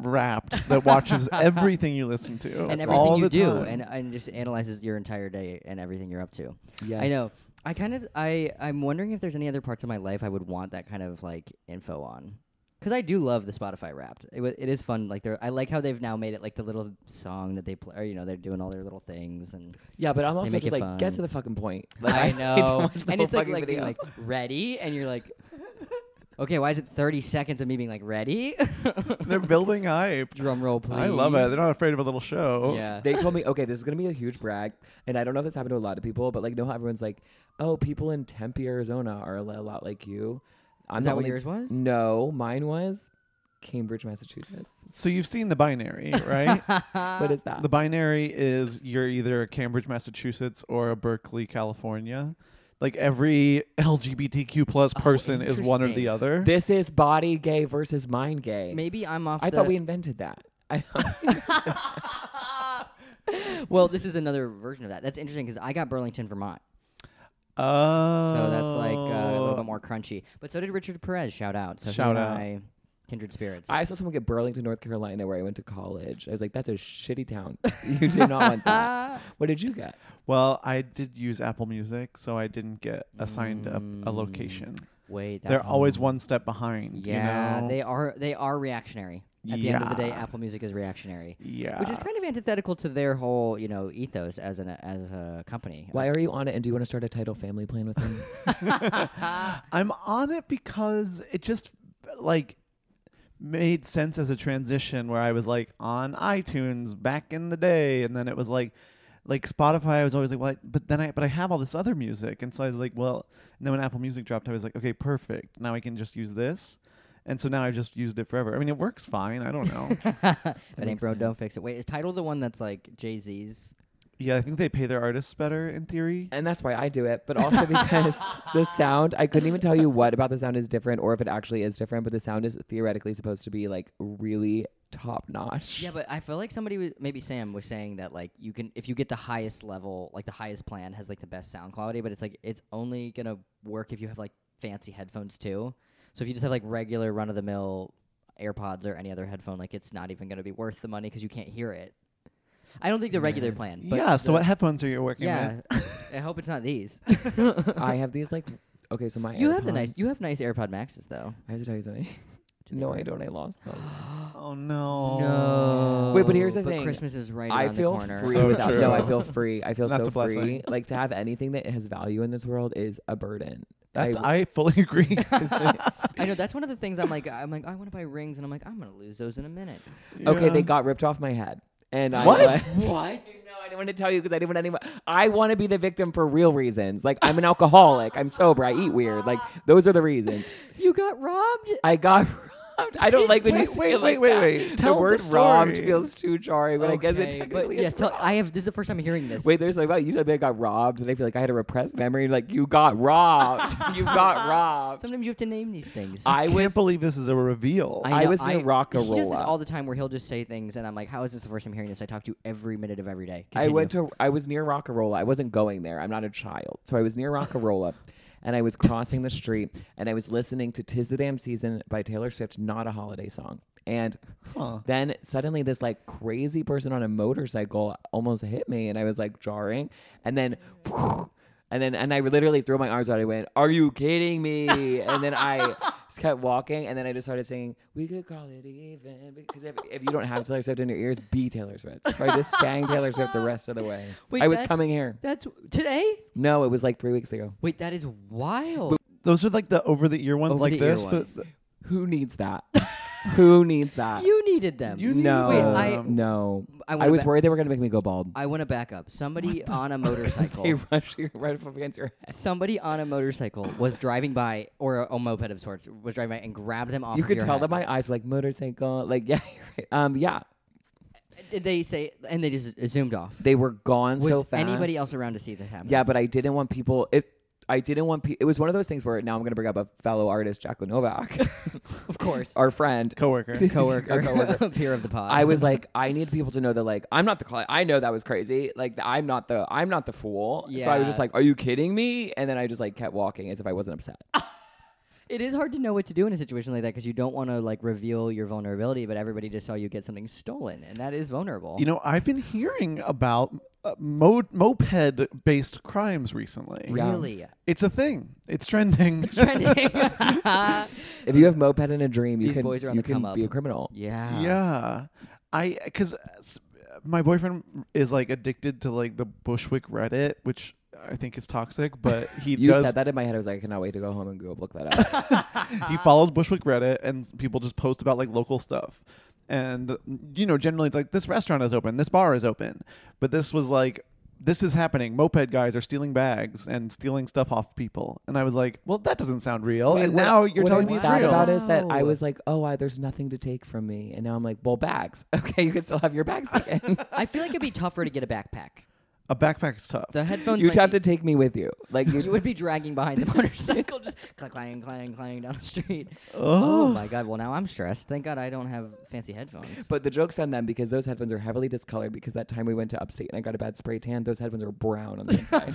Speaker 1: wrapped that watches everything you listen to
Speaker 2: and
Speaker 1: all
Speaker 2: everything you
Speaker 1: the
Speaker 2: do,
Speaker 1: time.
Speaker 2: and and just analyzes your entire day and everything you're up to.
Speaker 3: Yes.
Speaker 2: I know. I kind of I I'm wondering if there's any other parts of my life I would want that kind of like info on. Cause I do love the Spotify Wrapped. It, wa- it is fun. Like they're, I like how they've now made it like the little song that they play. Or, you know, they're doing all their little things and
Speaker 3: Yeah, but I'm also
Speaker 2: make
Speaker 3: just
Speaker 2: it
Speaker 3: like, get
Speaker 2: fun.
Speaker 3: to the fucking point. Like,
Speaker 2: I
Speaker 3: hate to
Speaker 2: know.
Speaker 3: watch the
Speaker 2: and
Speaker 3: whole
Speaker 2: it's like
Speaker 3: fucking
Speaker 2: like being
Speaker 3: video.
Speaker 2: like ready, and you're like, okay, why is it 30 seconds of me being like ready?
Speaker 1: they're building hype.
Speaker 2: Drum roll, please.
Speaker 1: I love it. They're not afraid of a little show.
Speaker 2: Yeah.
Speaker 3: they told me, okay, this is gonna be a huge brag, and I don't know if this happened to a lot of people, but like, know how everyone's like, oh, people in Tempe, Arizona, are a li- a lot like you. I'm
Speaker 2: is
Speaker 3: the
Speaker 2: that what
Speaker 3: only-
Speaker 2: yours was?
Speaker 3: No, mine was Cambridge, Massachusetts.
Speaker 1: So you've seen the binary, right?
Speaker 3: what is that?
Speaker 1: The binary is you're either a Cambridge, Massachusetts, or a Berkeley, California. Like every LGBTQ plus person is one or the
Speaker 2: Oh, interesting.
Speaker 1: other.
Speaker 3: this is body gay versus mind gay.
Speaker 2: Maybe I'm off.
Speaker 3: I
Speaker 2: the-
Speaker 3: thought we invented that. I,
Speaker 2: Well, this is another version of that. That's interesting because I got Burlington, Vermont,
Speaker 1: Oh,
Speaker 2: so that's like uh, a little bit more crunchy. But so did Richard Perez. Shout out. So he
Speaker 1: Shout
Speaker 2: and
Speaker 1: out.
Speaker 2: I, kindred spirits.
Speaker 3: I saw someone get Burlington, North Carolina, where I went to college. I was like, that's a shitty town. you did not want that. What did you get?
Speaker 1: Well, I did use Apple Music, so I didn't get assigned a, a
Speaker 2: Mm.
Speaker 1: location.
Speaker 2: Wait, that's, mm.
Speaker 1: They're always one step behind.
Speaker 2: Yeah,
Speaker 1: you know?
Speaker 2: they are. They are reactionary. At the end of the day,
Speaker 1: Yeah.
Speaker 2: Apple Music is reactionary.
Speaker 1: yeah.
Speaker 2: which is kind of antithetical to their whole you know ethos as an as a company.
Speaker 3: Why are you on it? And do you want to start a title family plan with him?
Speaker 1: I'm on it because it just like made sense as a transition where I was like on iTunes back in the day and then it was like like Spotify I was always like well I, but then I but I have all this other music and so I was like well and then when Apple Music dropped I was like okay perfect now I can just use this and so now I've just used it forever I mean it works fine I don't know
Speaker 2: If it ain't
Speaker 3: makes
Speaker 2: broke, don't fix it. Wait, is title the one that's like Jay Z's?
Speaker 1: yeah I think they pay their artists better in theory
Speaker 3: and that's why I do it, but also because the sound, I couldn't even tell you what about the sound is different or if it actually is different, but the sound is theoretically supposed to be like really top notch.
Speaker 2: Yeah, but I feel like somebody was maybe Sam was saying that like you can if you get the highest level, like the highest plan has like the best sound quality, but it's like it's only gonna work if you have like fancy headphones too. So if you just have like regular run of the mill AirPods or any other headphone, like it's not even gonna be worth the money because you can't hear it. I don't think the regular plan. But
Speaker 1: yeah so
Speaker 2: the-
Speaker 1: what headphones are you working
Speaker 2: yeah.
Speaker 1: with
Speaker 2: I hope it's not these.
Speaker 3: I have these like, okay, so my
Speaker 2: You have the
Speaker 3: AirPods-
Speaker 2: nice. You have nice AirPod Maxes though.
Speaker 3: I have to tell you something. no, I don't. I lost them.
Speaker 1: oh no
Speaker 2: No.
Speaker 3: Wait, but here's the thing.
Speaker 2: Christmas is right around
Speaker 3: I feel
Speaker 2: the corner.
Speaker 3: free
Speaker 1: So
Speaker 3: without. No, I
Speaker 1: true.
Speaker 3: feel free. I feel
Speaker 1: That's
Speaker 3: so
Speaker 1: a blessing.
Speaker 3: free. Like to have anything that has value in this world is a burden.
Speaker 1: that's
Speaker 3: I-
Speaker 1: I fully agree
Speaker 2: I know that's one of the things I'm like I'm like I want to buy rings and I'm like I'm gonna lose those in a minute.
Speaker 3: Okay,
Speaker 1: Yeah.
Speaker 3: they got ripped off my head. And I
Speaker 1: What?
Speaker 3: was- what? No, I didn't want to tell you because I didn't want anyone. I want to be the victim for real reasons. Like I'm an alcoholic. I'm sober. I eat weird. Like those are the reasons.
Speaker 2: You got robbed.
Speaker 3: I got. I don't like when you
Speaker 1: Wait,
Speaker 3: say
Speaker 1: wait,
Speaker 3: it like
Speaker 1: wait,
Speaker 3: that.
Speaker 1: wait, wait. Tell
Speaker 3: the
Speaker 1: the
Speaker 3: word robbed
Speaker 1: story.
Speaker 3: feels too jarring, but I guess it
Speaker 2: Okay, but
Speaker 3: technically is
Speaker 2: yes, tell,
Speaker 3: robbed.
Speaker 2: I have this is the first time I'm hearing this.
Speaker 3: Wait, there's like, wow, you said I got robbed, and I feel like I had a repressed memory. Like, you got robbed. you got robbed.
Speaker 2: Sometimes you have to name these things.
Speaker 3: I
Speaker 1: can't
Speaker 3: was
Speaker 1: believe this is a reveal.
Speaker 3: I was in a rock-a-rolla.
Speaker 2: He does this all the time, where he'll just say things, and I'm like, "How is this the first time I'm hearing this?" I talk to you every minute of every day.
Speaker 3: I went
Speaker 2: Continue.
Speaker 3: to I was near Rockerola. I wasn't going there. I'm not a child. So I was near Rockerola and I was crossing the street and I was listening to Tis the Damn Season by Taylor Swift, not a holiday song. And
Speaker 1: Huh.
Speaker 3: then suddenly this like crazy person on a motorcycle almost hit me and I was like jarring and then and then and I literally threw my arms out. I went, "Are you kidding me?" and then I just kept walking, and then I just started singing, "We could call it even." Because if, if you don't have Taylor Swift in your ears, be Taylor Swift. So I just sang Taylor Swift the rest of the way.
Speaker 2: Wait,
Speaker 3: I was
Speaker 2: that's-
Speaker 3: coming here.
Speaker 2: That's today.
Speaker 3: No, it was like three weeks ago.
Speaker 2: Wait, that is wild.
Speaker 1: Those are like the over the ear ones,
Speaker 2: Over
Speaker 1: like
Speaker 2: the ear
Speaker 1: this.
Speaker 2: ones.
Speaker 1: But
Speaker 3: Who needs that? Who needs that?
Speaker 2: you needed them.
Speaker 1: You need
Speaker 3: no, Um,
Speaker 2: Wait, I-
Speaker 1: them.
Speaker 3: no.
Speaker 2: I
Speaker 3: I,
Speaker 2: wanna
Speaker 3: was
Speaker 2: ba-
Speaker 3: worried they were gonna make me go bald.
Speaker 2: I "Oh." want to back up. Somebody on a
Speaker 3: 'Cause They
Speaker 2: motorcycle.
Speaker 3: rush you right up against your head.
Speaker 2: Somebody on a motorcycle was driving by, or a, a moped of sorts, was driving by and grabbed them off.
Speaker 3: You
Speaker 2: of
Speaker 3: could
Speaker 2: your
Speaker 3: tell
Speaker 2: head.
Speaker 3: that my eyes were like motorcycle. Like yeah, you're right. um, yeah.
Speaker 2: Did they say? And they just zoomed off.
Speaker 3: They were gone
Speaker 2: Was
Speaker 3: so fast.
Speaker 2: anybody else around to see this happen?
Speaker 3: Yeah, but I didn't want people. It. I didn't want. Pe- it was one of those things where now I'm going to bring up a fellow artist, Jacqueline Novak,
Speaker 2: of course.
Speaker 3: our friend,
Speaker 1: coworker.
Speaker 2: coworker,
Speaker 3: Our coworker.
Speaker 2: peer of the pod.
Speaker 3: I was like, I need people to know that like I'm not the cli I know that was crazy. Like I'm not the I'm not the fool. So I was just
Speaker 2: Yeah.
Speaker 3: like, Are you kidding me? And then I just like kept walking as if I wasn't upset.
Speaker 2: It is hard to know what to do in a situation like that because you don't want to like reveal your vulnerability, but everybody just saw you get something stolen, and that is vulnerable.
Speaker 1: You know, I've been hearing about uh, mo- moped-based crimes recently.
Speaker 3: Yeah.
Speaker 2: really
Speaker 1: It's a thing. It's trending.
Speaker 2: trending.
Speaker 3: If you have moped in a dream, you
Speaker 2: These
Speaker 3: can
Speaker 2: boys are on
Speaker 3: you
Speaker 2: the
Speaker 3: can
Speaker 2: come up.
Speaker 3: be a criminal.
Speaker 2: yeah.
Speaker 1: yeah, I because my boyfriend is like addicted to like the Bushwick Reddit, which I think is toxic, but he
Speaker 3: You
Speaker 1: does.
Speaker 3: said that in my head. I was like, I cannot wait to go home and go look that up.
Speaker 1: he follows Bushwick Reddit, and people just post about like local stuff. And you know, generally it's like this restaurant is open, this bar is open, but this was like this is happening. Moped guys are stealing bags and stealing stuff off people, and I was like, well, that doesn't sound real.
Speaker 3: Wait,
Speaker 1: and
Speaker 3: Oh, what-
Speaker 1: now you're
Speaker 3: what
Speaker 1: telling
Speaker 3: I'm
Speaker 1: me it's
Speaker 3: sad
Speaker 1: real.
Speaker 3: about is that I
Speaker 2: Wow.
Speaker 3: was like, oh, I, there's nothing to take from me, and now I'm like, well, bags. Okay, you can still have your bags taken.
Speaker 2: I feel like it'd be tougher to get a backpack.
Speaker 1: A backpack's tough.
Speaker 2: The headphones.
Speaker 3: You'd
Speaker 2: might
Speaker 3: have
Speaker 2: be-
Speaker 3: to take me with you. Like you,
Speaker 2: You would be dragging behind the motorcycle, just clang, clang, clang, clang down the street.
Speaker 1: oh.
Speaker 2: my god! Well, now I'm stressed. Thank God I don't have fancy headphones.
Speaker 3: But the joke's on them because those headphones are heavily discolored because that time we went to upstate and I got a bad spray tan, those headphones are brown on the inside.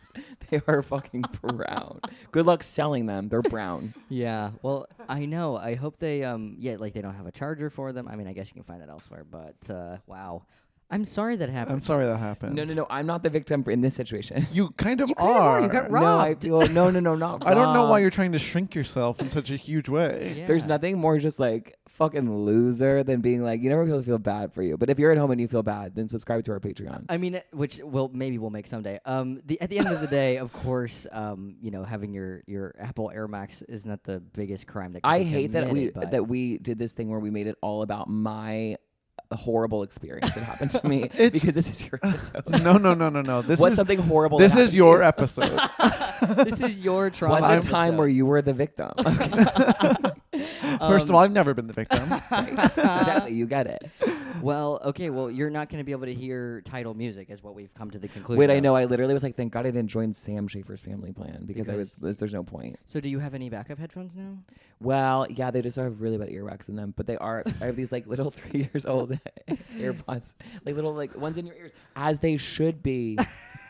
Speaker 3: they are fucking brown. Good luck selling them. They're brown.
Speaker 2: Yeah. Well, I know. I hope they um yeah, like they don't have a charger for them. I mean, I guess you can find that elsewhere, but uh wow. I'm sorry that happened.
Speaker 1: I'm sorry that happened.
Speaker 3: No, no, no. I'm not the victim in this situation.
Speaker 1: You kind of
Speaker 2: You kind of
Speaker 1: are.
Speaker 2: are. You got
Speaker 3: No, I
Speaker 2: Robbed.
Speaker 3: feel no, no, no, not.
Speaker 1: I don't know why
Speaker 3: robbed.
Speaker 1: you're trying to shrink yourself in such a huge way.
Speaker 3: There's
Speaker 2: Yeah.
Speaker 3: nothing more just like fucking loser than being like you never people feel bad for you. But if you're at home and you feel bad, then subscribe to our Patreon.
Speaker 2: I mean, uh, which will maybe we'll make someday. Um, the at the end of the day, of course, um, you know, having your your Apple Air Max is not the biggest crime that can
Speaker 3: I
Speaker 2: be
Speaker 3: hate that we
Speaker 2: committed, but
Speaker 3: that we did this thing where we made it all about my horrible experience that happened to me
Speaker 1: It's-
Speaker 3: because this is your episode.
Speaker 1: No, no, no, no, no. This
Speaker 3: What's
Speaker 1: is
Speaker 3: something horrible?
Speaker 1: this
Speaker 3: that
Speaker 1: is
Speaker 3: happened to
Speaker 1: your
Speaker 3: you?
Speaker 1: episode.
Speaker 2: this is your trauma.
Speaker 3: What's a time where you were the victim?
Speaker 1: First of
Speaker 3: Um,
Speaker 1: all, I've never been the victim.
Speaker 3: exactly, you get it.
Speaker 2: well, okay, well, you're not going to be able to hear title music, is what we've come to the conclusion.
Speaker 3: Wait, I
Speaker 2: of.
Speaker 3: know. I literally was like, thank God I didn't join Sam Schaefer's family plan because, I was.
Speaker 2: Because-
Speaker 3: There's no point.
Speaker 2: So, do you have any backup headphones now?
Speaker 3: Well, yeah, they just have really bad earwax in them, but they are. I have these like little three years old AirPods, like little like ones in your ears, as they should be,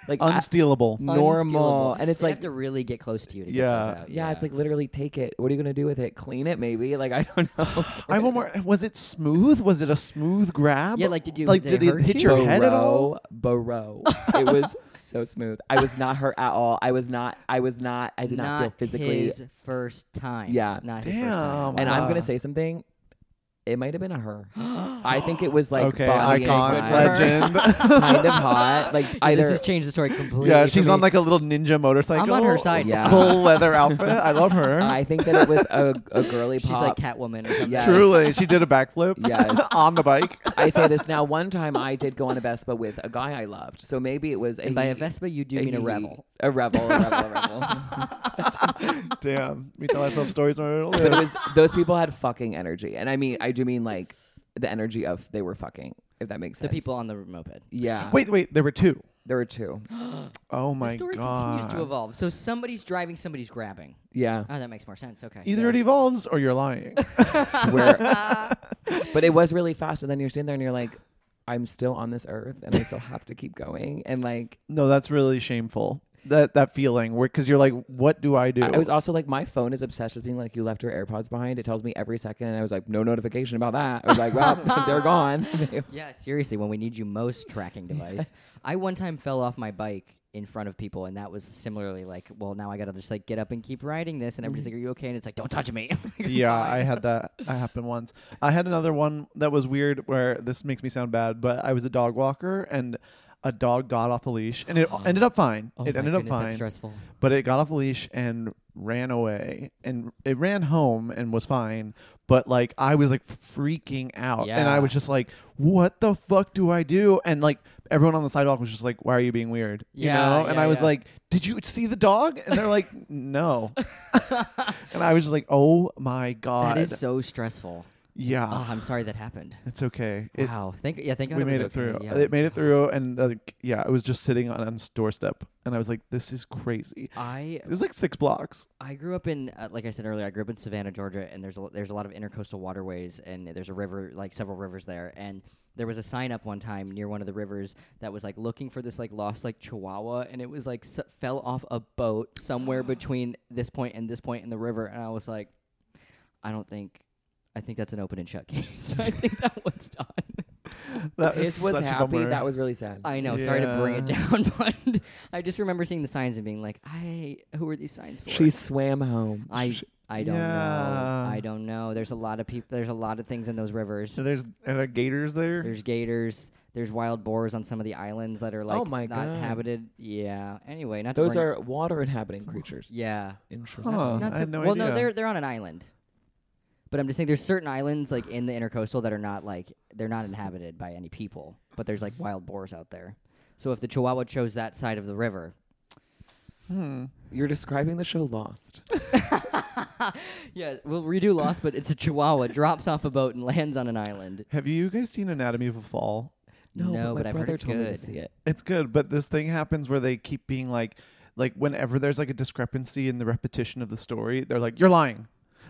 Speaker 3: like a-
Speaker 1: Unstealable.
Speaker 3: normal.
Speaker 2: Unstealable.
Speaker 3: And it's
Speaker 2: They
Speaker 3: like
Speaker 2: have to really get close to you to
Speaker 1: Yeah.
Speaker 2: get those out.
Speaker 3: Yeah, it's like literally take it. What are you gonna do with it? Clean it maybe? Like I don't know.
Speaker 1: I have one more. Was it smooth? Was it a smooth grab?
Speaker 2: Yeah, like, did you-
Speaker 1: like
Speaker 2: they
Speaker 1: did it
Speaker 2: hurt
Speaker 1: hit
Speaker 2: you?
Speaker 1: your head at all?
Speaker 3: Bro, it was so smooth. I was not hurt at all. I was not. I was not. I did not, feel physically.
Speaker 2: his first time.
Speaker 3: Yeah.
Speaker 2: Not his first time.
Speaker 1: Damn.
Speaker 3: and I'm
Speaker 1: Wow.
Speaker 3: gonna say something. It might have been a her. I think it was like
Speaker 1: okay,
Speaker 3: bodily
Speaker 1: icon,
Speaker 2: good for
Speaker 3: enhancement,
Speaker 1: legend.
Speaker 3: kind of hot. Like
Speaker 2: Yeah,
Speaker 3: either
Speaker 2: this has changed the story completely.
Speaker 1: yeah,
Speaker 2: for
Speaker 1: she's on
Speaker 2: me.
Speaker 1: like oh, a little ninja motorcycle.
Speaker 2: I'm on her side.
Speaker 3: Yeah.
Speaker 1: Full leather outfit. I love her.
Speaker 3: I think that it was a, a girly
Speaker 2: She's like
Speaker 3: pop.
Speaker 2: Catwoman or something.
Speaker 3: Yes.
Speaker 1: Truly, she did a backflip.
Speaker 3: Yes.
Speaker 1: on the bike.
Speaker 3: I say this now. One time I did go on a Vespa with a guy I loved, so maybe it was a
Speaker 2: And by a Vespa, you do mean a
Speaker 3: he-
Speaker 2: revel.
Speaker 3: a rebel, a rebel, a rebel.
Speaker 1: Damn, we tell ourselves stories when we're
Speaker 3: but it
Speaker 1: older.
Speaker 3: was those people had fucking energy, and I mean, I do mean like the energy of they were fucking. If that makes
Speaker 2: The
Speaker 3: sense.
Speaker 2: people on the moped.
Speaker 3: Yeah.
Speaker 1: Wait, wait, there were two.
Speaker 3: There were two.
Speaker 1: Oh my
Speaker 2: the story
Speaker 1: god.
Speaker 2: continues to evolve. So somebody's driving, somebody's grabbing.
Speaker 3: Yeah.
Speaker 2: Oh, that makes more sense. Okay.
Speaker 1: Either
Speaker 2: yeah.
Speaker 1: it evolves or you're lying.
Speaker 3: Swear. but it was really fast, and then you're sitting there and you're like, I'm still on this earth, and I still have to keep going, and like.
Speaker 1: no, that's really shameful. That that feeling where because you're like, what do I do?
Speaker 3: I I was also like, my phone is obsessed with being like, you left your AirPods behind. It tells me every second, and I was like, no notification about that. I was like, well, they're gone.
Speaker 2: Yeah, seriously, when we need you most tracking device. I one time fell off my bike in front of people, and that was similarly like, well, now I gotta just like get up and keep riding this, and everybody's like, are you okay? And it's like, don't touch me.
Speaker 1: yeah, I had that that happened once. I had another one that was weird where this makes me sound bad, but I was a dog walker and a dog got off the leash and it ended up fine.
Speaker 2: Oh
Speaker 1: it
Speaker 2: my
Speaker 1: ended
Speaker 2: goodness,
Speaker 1: up
Speaker 2: That's
Speaker 1: fine.
Speaker 2: stressful.
Speaker 1: but it got off the leash and ran away and it ran home and was fine but like i was like freaking out and i
Speaker 2: Yeah.
Speaker 1: was just like what the fuck do i do and like everyone on the sidewalk was just like why are you being weird
Speaker 2: Yeah,
Speaker 1: you know and
Speaker 2: yeah,
Speaker 1: i was
Speaker 2: yeah.
Speaker 1: like did you see the dog and they're like no and i was just like oh my god
Speaker 2: That is so stressful.
Speaker 1: yeah
Speaker 2: Oh, I'm sorry that happened.
Speaker 1: it's okay Uh, It-
Speaker 2: wow. Thank. Yeah. Thank God
Speaker 1: we
Speaker 2: it was
Speaker 1: made it
Speaker 2: okay,
Speaker 1: through.
Speaker 2: Yeah.
Speaker 1: It made it through, and like, yeah, I was just sitting on on his doorstep, and I was like, "This is crazy."
Speaker 2: I
Speaker 1: It was like six blocks.
Speaker 2: I grew up in, uh, like I said earlier, I grew up in Savannah, Georgia, and there's a, there's a lot of intercoastal waterways, and there's a river, like several rivers there, and there was a sign up one time near one of the rivers that was like looking for this like lost like Chihuahua, and it was like s- fell off a boat somewhere between this point and this point in the river, and I was like, I don't think, I think that's an open and shut case. I think that was done.
Speaker 1: That
Speaker 3: This
Speaker 1: was
Speaker 3: was
Speaker 1: such a
Speaker 3: happy.
Speaker 1: bummer.
Speaker 3: That was really sad.
Speaker 2: I know. Sorry to bring it
Speaker 1: Yeah.
Speaker 2: down, but I just remember seeing the signs and being like, I who are these signs for?
Speaker 3: She swam home.
Speaker 2: I I don't
Speaker 1: Yeah.
Speaker 2: know. I don't know. There's a lot of people. There's a lot of things in those rivers.
Speaker 1: So there's are there gators there?
Speaker 2: There's gators. There's wild boars on some of the islands that are like
Speaker 3: Oh my
Speaker 2: not
Speaker 3: God.
Speaker 2: habited. Yeah. Anyway, not to
Speaker 3: Those
Speaker 2: bring-
Speaker 3: are water inhabiting creatures.
Speaker 2: yeah.
Speaker 3: Interesting.
Speaker 2: Not to-
Speaker 1: Huh,
Speaker 2: not
Speaker 1: I
Speaker 2: to-
Speaker 1: had no
Speaker 2: well, no,
Speaker 1: idea.
Speaker 2: they're they're on an island. But I'm just saying, there's certain islands like in the intercoastal that are not like they're not inhabited by any people, but there's like wild boars out there. So if the Chihuahua chose that side of the river,
Speaker 1: Hmm.
Speaker 3: You're describing the show Lost.
Speaker 2: yeah, we'll redo Lost, but it's a Chihuahua drops off a boat and lands on an island.
Speaker 1: Have you guys seen Anatomy of a Fall?
Speaker 2: No,
Speaker 3: my
Speaker 2: but I've heard
Speaker 3: brother
Speaker 2: it's
Speaker 3: told me to
Speaker 2: good.
Speaker 3: see it.
Speaker 1: It's good, but this thing happens where they keep being like, like whenever there's like a discrepancy in the repetition of the story, they're like, "You're lying,"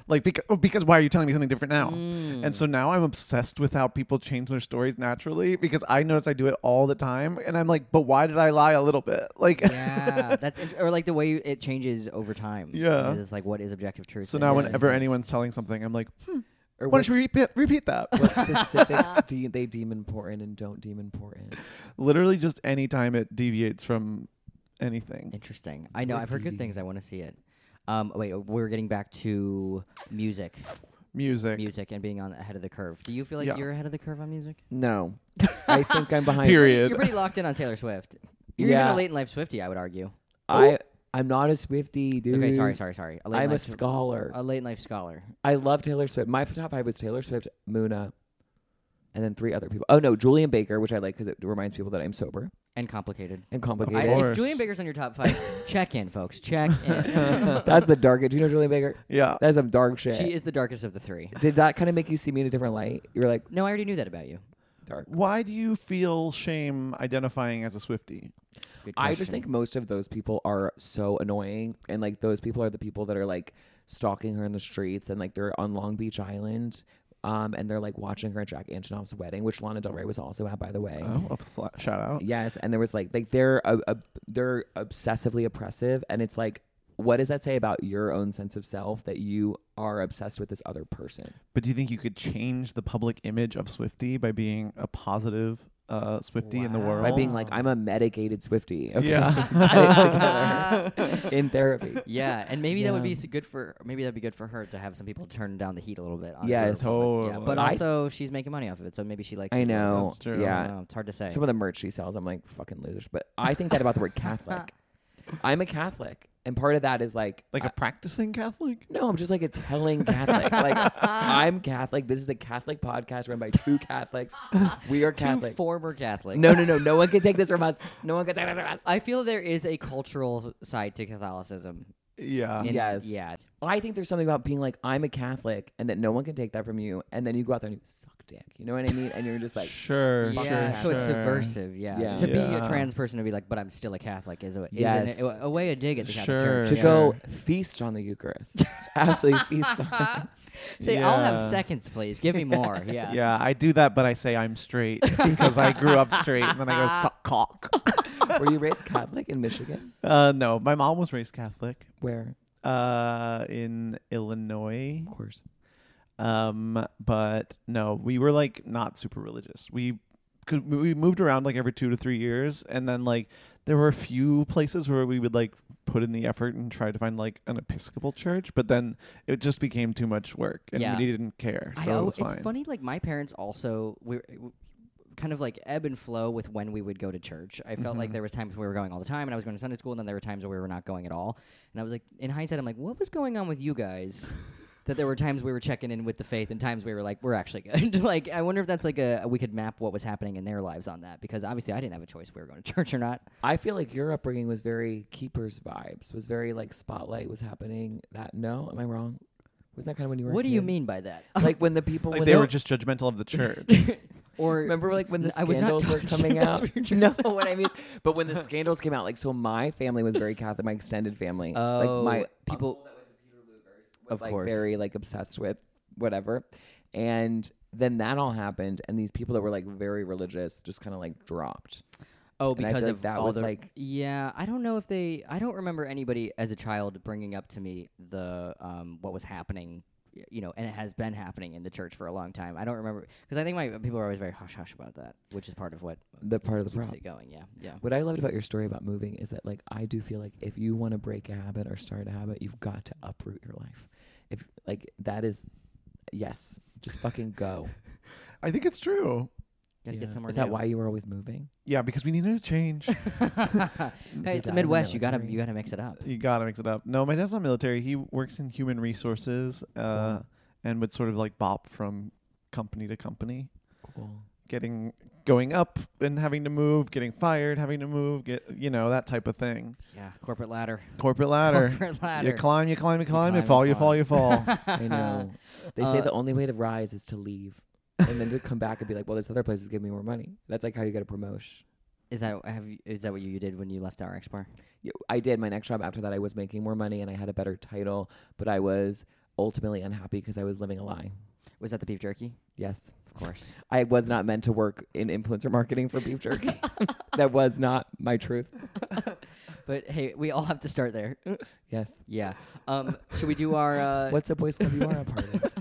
Speaker 1: like because because why are you telling me something different now? And so now I'm obsessed with how people change their stories naturally because I notice I do it all the time, and I'm like, but why did I lie a little bit? Like,
Speaker 2: yeah, that's int- or like the way it changes over time.
Speaker 1: Yeah.
Speaker 2: it's like what is objective truth.
Speaker 1: so
Speaker 2: and
Speaker 1: now
Speaker 2: what
Speaker 1: whenever
Speaker 2: is-
Speaker 1: anyone's telling something, I'm like, hmm,
Speaker 3: Or
Speaker 1: why
Speaker 3: what,
Speaker 1: don't you repeat repeat that?
Speaker 3: what specifics de- they deem important and don't deem important?
Speaker 1: Literally, just any time it deviates from anything.
Speaker 2: interesting, I know
Speaker 3: What
Speaker 2: I've heard
Speaker 3: DV?
Speaker 2: good things. I want to see it. Um, wait, we're getting back to music,
Speaker 1: Music.
Speaker 2: music, and being on ahead of the curve. Do you feel like
Speaker 1: Yeah.
Speaker 2: you're ahead of the curve on music?
Speaker 3: No. I think I'm behind.
Speaker 1: Period.
Speaker 2: You're pretty locked in on Taylor Swift. You're even a
Speaker 3: Yeah.
Speaker 2: late in life Swifty, I would argue.
Speaker 3: I, I'm not a Swifty, dude.
Speaker 2: Okay, sorry, sorry, sorry. A late in
Speaker 3: I'm a
Speaker 2: life sw-
Speaker 3: scholar.
Speaker 2: a late in life scholar.
Speaker 3: I love Taylor Swift. My top five was Taylor Swift, Muna, and then three other people. Oh, no, Julian Baker, which I like because it reminds people that I'm sober
Speaker 2: And complicated.
Speaker 3: and
Speaker 2: I,
Speaker 3: complicated.
Speaker 2: if
Speaker 1: course.
Speaker 2: Julian Baker's on your top five, check in, folks. Check in.
Speaker 3: That's the darkest. Do you know Julian Baker?
Speaker 1: Yeah.
Speaker 3: That's some dark shit.
Speaker 2: uh, she is the darkest of the three.
Speaker 3: Did that kind of make you see me in a different light? You were like,
Speaker 2: No, I already knew that about you.
Speaker 3: dark.
Speaker 1: Why do you feel shame identifying as a Swifty?
Speaker 2: Good
Speaker 3: I just
Speaker 2: question.
Speaker 3: think most of those people are so annoying. And like those people are the people that are like stalking her in the streets and like they're on Long Beach Island. Um, and they're like watching her at Jack Antonoff's wedding, which Lana Del Rey was also at, by the way.
Speaker 1: Oh, a sla- shout out.
Speaker 3: Yes, and there was like like they're uh, uh, they're obsessively oppressive, and it's like, what does that say about your own sense of self that you are obsessed with this other person?
Speaker 1: But do you think you could change the public image of Swifty by being a positive uh, Swifty in the
Speaker 2: Wow.
Speaker 1: world.
Speaker 3: by being like, I'm a medicated Swifty. Okay.
Speaker 1: Yeah.
Speaker 3: Get it together. in therapy.
Speaker 2: Yeah, and maybe that would be
Speaker 3: Yeah.
Speaker 2: s- good for maybe that'd be good for her to have some people turn down the heat a little bit. On
Speaker 3: Yes.
Speaker 2: her. Like, yeah,
Speaker 1: Totally.
Speaker 2: but
Speaker 3: I-
Speaker 2: also she's making money off of it, so maybe she likes.
Speaker 3: I
Speaker 2: it.
Speaker 3: know.
Speaker 1: That's true. Oh,
Speaker 2: I
Speaker 3: Yeah.
Speaker 2: don't know, It's hard to say.
Speaker 3: Some of the merch she sells, I'm like fucking losers. But I think that about the word Catholic. I'm a Catholic, and part of that is like,
Speaker 1: like
Speaker 3: I-
Speaker 1: a practicing Catholic.
Speaker 3: no, I'm just like a telling Catholic. like I'm Catholic. This is a Catholic podcast run by two Catholics. We are
Speaker 2: Two
Speaker 3: Catholic.
Speaker 2: former Catholic.
Speaker 3: No, no, no. No one can take this from us. No one can take this from us.
Speaker 2: I feel there is a cultural side to Catholicism.
Speaker 1: Yeah.
Speaker 2: in-
Speaker 3: Uh, Yes.
Speaker 2: Yeah.
Speaker 3: I think there's something about being like, I'm a Catholic, and that no one can take that from you, and then you go out there and you suck dick. You know what I mean? And you're just like,
Speaker 1: sure.
Speaker 2: yeah.
Speaker 1: Sure.
Speaker 2: so it's
Speaker 1: sure.
Speaker 2: subversive. Yeah.
Speaker 3: Yeah.
Speaker 2: To be
Speaker 1: Yeah.
Speaker 2: a trans person to be like, but I'm still a Catholic is a,
Speaker 3: Yes.
Speaker 2: is an, a, a way to dig at the
Speaker 1: Sure.
Speaker 2: Catholic Church.
Speaker 3: to
Speaker 1: Yeah.
Speaker 3: go feast on the Eucharist. Absolutely feast on.
Speaker 2: Say, I'll have
Speaker 1: Yeah.
Speaker 2: seconds, please. Give me more. Yeah.
Speaker 1: Yeah, I do that, but I say I'm straight because I grew up straight, and then I go suck cock.
Speaker 3: Were you raised Catholic in Michigan?
Speaker 1: Uh, no, my mom was raised Catholic
Speaker 3: Where?
Speaker 1: uh, in Illinois,
Speaker 3: Of course.
Speaker 1: um, but no, we were like not super religious. We could we moved around like every two to three years, and then like there were a few places where we would like put in the effort and try to find like an Episcopal church, but then it just became too much work, and
Speaker 2: Yeah.
Speaker 1: we didn't care. So
Speaker 2: I,
Speaker 1: it
Speaker 2: al-
Speaker 1: was fine.
Speaker 2: it's funny. Like my parents also we w- kind of like ebb and flow with when we would go to church. I felt
Speaker 3: Mm-hmm.
Speaker 2: like there was times we were going all the time, and I was going to Sunday school, and then there were times where we were not going at all. And I was like, in hindsight, I'm like, what was going on with you guys? That there were times we were checking in with the faith, and times we were like, we're actually good. like, I wonder if that's like a we could map what was happening in their lives on that because obviously I didn't have a choice if we were going to church or not.
Speaker 3: I feel like your upbringing was very keepers vibes. Was very like spotlight was happening. That no, am I wrong? Wasn't that kind of when you were? a
Speaker 2: What do you
Speaker 3: kid?
Speaker 2: mean by that?
Speaker 3: Like when the people
Speaker 1: Like
Speaker 3: when
Speaker 1: they
Speaker 3: the-
Speaker 1: were just judgmental of the church.
Speaker 2: Or
Speaker 3: Remember, like when the
Speaker 2: N- I was not
Speaker 3: scandals were
Speaker 2: touched.
Speaker 3: coming
Speaker 2: That's
Speaker 3: out.
Speaker 2: what you're
Speaker 3: No, what I mean, is- but when the scandals came out, like so, my family was very Catholic. My extended family,
Speaker 2: oh,
Speaker 3: like my
Speaker 2: people.
Speaker 3: was
Speaker 2: Of
Speaker 3: like
Speaker 2: course.
Speaker 3: very like obsessed with whatever, and then that all happened, and these people that were like very religious just kind of like dropped.
Speaker 2: Oh,
Speaker 3: And I feel
Speaker 2: because
Speaker 3: like
Speaker 2: of
Speaker 3: that
Speaker 2: all
Speaker 3: was,
Speaker 2: the
Speaker 3: like-
Speaker 2: yeah. I don't know if they. I don't remember anybody as a child bringing up to me the um what was happening, y- you know, and it has been happening in the church for a long time. I don't remember because I think my people are always very hush hush about that, which is part of what
Speaker 3: The part of the
Speaker 2: keeps
Speaker 3: problem.
Speaker 2: it going. Yeah, yeah.
Speaker 3: What I loved about your story about moving is that like I do feel like if you want to break a habit or start a habit, you've got to uproot your life. If like that is, yes, just fucking go.
Speaker 1: I think it's true.
Speaker 2: Gotta
Speaker 3: Yeah.
Speaker 2: get somewhere.
Speaker 3: Is that
Speaker 2: new.
Speaker 3: why you were always moving?
Speaker 1: Yeah, because we needed to change.
Speaker 2: hey,
Speaker 3: it
Speaker 2: it's the
Speaker 3: out of the
Speaker 2: Midwest. You gotta
Speaker 3: military?
Speaker 2: you gotta mix it up.
Speaker 1: you gotta mix it up. No, my dad's not military. He works in human resources, uh,
Speaker 3: Cool.
Speaker 1: and would sort of like bop from company to company,
Speaker 3: Cool.
Speaker 1: getting going up and having to move, getting fired, having to move, get you know that type of thing.
Speaker 2: Yeah, corporate ladder.
Speaker 1: Corporate ladder.
Speaker 2: Corporate
Speaker 1: You
Speaker 2: ladder.
Speaker 1: climb, you climb, you climb. You,
Speaker 3: climb, you
Speaker 1: fall, you
Speaker 3: climb.
Speaker 1: fall, you fall.
Speaker 3: I know. They say
Speaker 2: Uh,
Speaker 3: the only way to rise is to leave. and then to come back and be like, well, this other place is giving me more money. That's like how you get a promotion.
Speaker 2: Is that have you, is that what you did when you left our Bar?
Speaker 3: You- I did my next job after that. I was making more money and I had a better title, but I was ultimately unhappy because I was living a lie.
Speaker 2: Was that the beef jerky?
Speaker 3: Yes,
Speaker 2: Of course.
Speaker 3: I was not meant to work in influencer marketing for beef jerky. that was not my truth.
Speaker 2: but hey, we all have to start there.
Speaker 3: Yes.
Speaker 2: Yeah. Um, should we do our? Uh,
Speaker 3: What's a boys club you are a part of?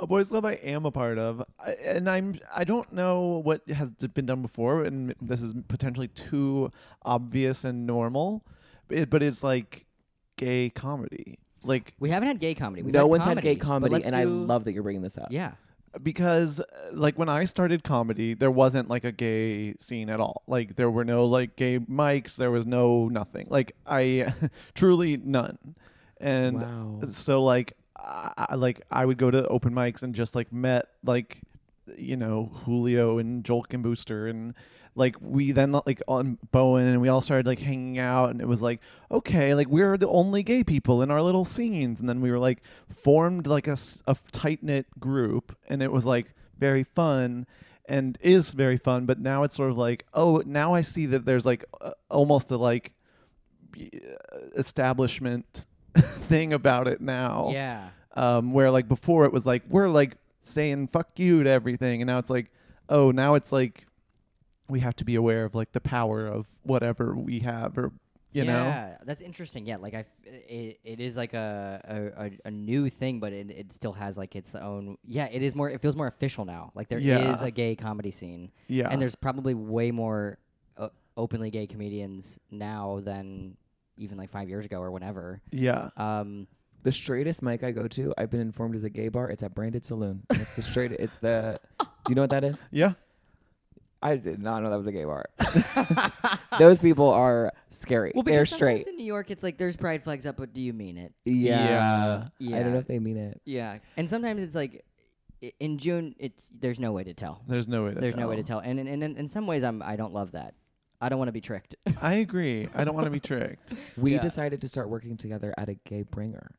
Speaker 1: a boys' club I am a part of, I, and I'm I don't know what has d- been done before, and this is potentially too obvious and normal, but, it, but it's like gay comedy, like
Speaker 2: We haven't had gay comedy. We've
Speaker 3: no
Speaker 2: had
Speaker 3: one's
Speaker 2: comedy,
Speaker 3: had gay
Speaker 2: but
Speaker 3: comedy,
Speaker 2: let's
Speaker 3: and I
Speaker 2: do-
Speaker 3: love that you're bringing this up.
Speaker 2: Yeah.
Speaker 1: because uh, like when I started comedy, there wasn't like a gay scene at all. Like there were no like gay mics, there was no nothing. Like I truly none, and
Speaker 3: wow.
Speaker 1: so like I, I- like I would go to open mics and just like met like you know Julio and Joel and Booster and like we then like on Bowen and we all started like hanging out and it was like okay like we're the only gay people in our little scenes and then we were like formed like a, tight knit group and it was like very fun and is very fun but now it's sort of like oh now I see that there's like uh, almost a like establishment thing about it now.
Speaker 3: Oh.
Speaker 2: Yeah.
Speaker 1: Um, where like before it was like we're like saying fuck you to everything, and now it's like oh now it's like we have to be aware of like the power of whatever we have or You know?
Speaker 2: yeah, that's interesting. Yeah, like I, f- it, it is like a a, a, a new thing, but it, it still has like its own. Yeah, it is more. It feels more official now. Like there is
Speaker 1: Yeah.
Speaker 2: a gay comedy scene,
Speaker 1: Yeah.
Speaker 2: and there's probably way more uh, openly gay comedians now than even like five years ago or whenever.
Speaker 1: yeah.
Speaker 2: Um,
Speaker 3: The straightest mic I go to, I've been informed is a gay bar. It's at Branded Saloon. And It's the straight. It's the. Do you know what that is?
Speaker 1: Yeah.
Speaker 3: I did not know that was a gay bar. Those people are scary.
Speaker 2: well,
Speaker 3: They're
Speaker 2: because sometimes
Speaker 3: straight.
Speaker 2: in New York, it's like there's pride flags up, but do you mean it?
Speaker 3: Yeah.
Speaker 2: Yeah.
Speaker 3: I don't know if they mean it.
Speaker 2: Yeah, and sometimes it's like i- in June, it's there's no way to tell.
Speaker 1: There's no way to
Speaker 2: There's no way to tell, and and and in, in some ways, I'm I don't love that. I don't want to be tricked.
Speaker 1: I agree. I don't want to be tricked.
Speaker 3: We
Speaker 2: Yeah.
Speaker 3: decided to start working together at a gay bringer.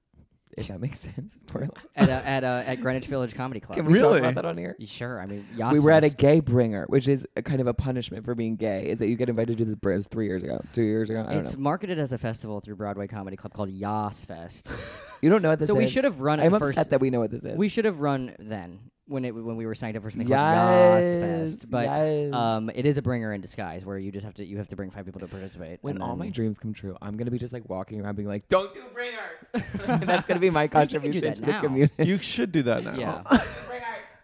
Speaker 3: If that makes sense. We're like-
Speaker 2: at a, at a, at Greenwich Village Comedy Club.
Speaker 3: Can we talk
Speaker 1: Really?
Speaker 3: about that on here?
Speaker 2: Y- sure, I mean, Yas
Speaker 3: we were at
Speaker 2: was-
Speaker 3: a gay bringer, which is a kind of a punishment for being gay. Is that you get invited to this? br- It was three years ago, two years ago. I don't
Speaker 2: It's
Speaker 3: know.
Speaker 2: marketed as a festival through Broadway Comedy Club called Yas Fest.
Speaker 3: You don't know what this
Speaker 2: so we
Speaker 3: is.
Speaker 2: should have run it
Speaker 3: I'm
Speaker 2: first.
Speaker 3: upset that we know what this is.
Speaker 2: we should have run then when it when we were signed up for something called
Speaker 3: yes,
Speaker 2: Yas Fest. But
Speaker 3: yes.
Speaker 2: um, it is a bringer in disguise where you just have to you have to bring five people to participate.
Speaker 3: when
Speaker 2: and
Speaker 3: all my
Speaker 2: then-
Speaker 3: dreams come true, I'm gonna be just like walking around being like, "Don't do bringers." That's gonna be my
Speaker 2: think you could do
Speaker 3: contribution
Speaker 2: that
Speaker 3: to
Speaker 2: now.
Speaker 3: the community.
Speaker 1: You should do that now.
Speaker 2: yeah.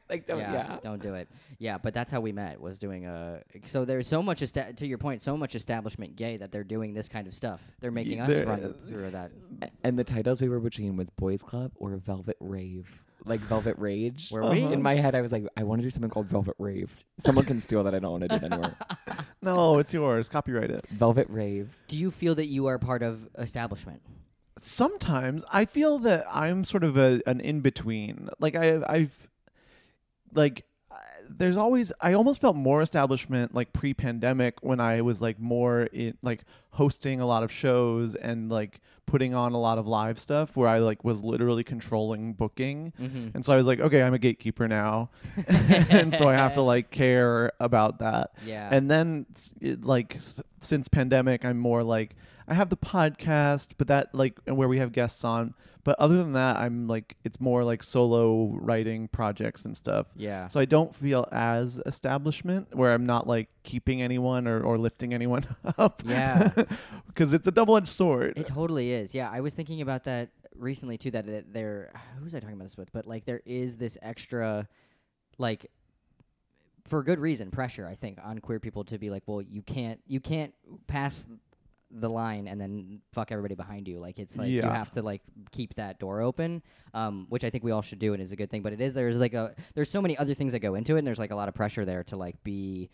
Speaker 3: like, don't,
Speaker 2: yeah,
Speaker 3: yeah.
Speaker 2: don't do it. Yeah, but that's how we met. Was doing a so there's so much esta- to your point, so much establishment gay that they're doing this kind of stuff. They're making us
Speaker 1: there-
Speaker 2: run through that.
Speaker 3: A- And the titles we were between was Boys Club or Velvet Rave, like Velvet Rage.
Speaker 2: Were we?
Speaker 3: In my head, I was like, I want to do something called Velvet Rave. Someone can steal that. I don't want to do it anymore.
Speaker 1: No, it's yours. Copyright it.
Speaker 3: Velvet Rave.
Speaker 2: Do you feel that you are part of establishment?
Speaker 1: sometimes I feel that I'm sort of a, an in between. Like I I've like I- there's always I almost felt more establishment like pre-pandemic when I was like more in like hosting a lot of shows and like putting on a lot of live stuff where I like was literally controlling booking.
Speaker 2: Mm-hmm.
Speaker 1: And so I was like, okay, I'm a gatekeeper now. and so I have to like care about that.
Speaker 2: Yeah.
Speaker 1: And then s- it, like s- since pandemic, I'm more like I have the podcast, but that like and where we have guests on, but other than that, I'm like it's more like solo writing projects and stuff.
Speaker 2: yeah.
Speaker 1: So I don't feel as establishment where I'm not like keeping anyone or, or lifting anyone up.
Speaker 2: Yeah.
Speaker 1: Because it's a double edged sword.
Speaker 2: It totally is. Yeah, I was thinking about that recently too. That it- there, who was I talking about this with? But like, there is this extra, like, for good reason, pressure. I think on queer people to be like, well, you can't, you can't pass the line and then fuck everybody behind you. Like, it's like you
Speaker 1: Yeah.
Speaker 2: have to like keep that door open, um, which I think we all should do and is a good thing. But it is there's like a there's so many other things that go into it, and there's like a lot of pressure there to like be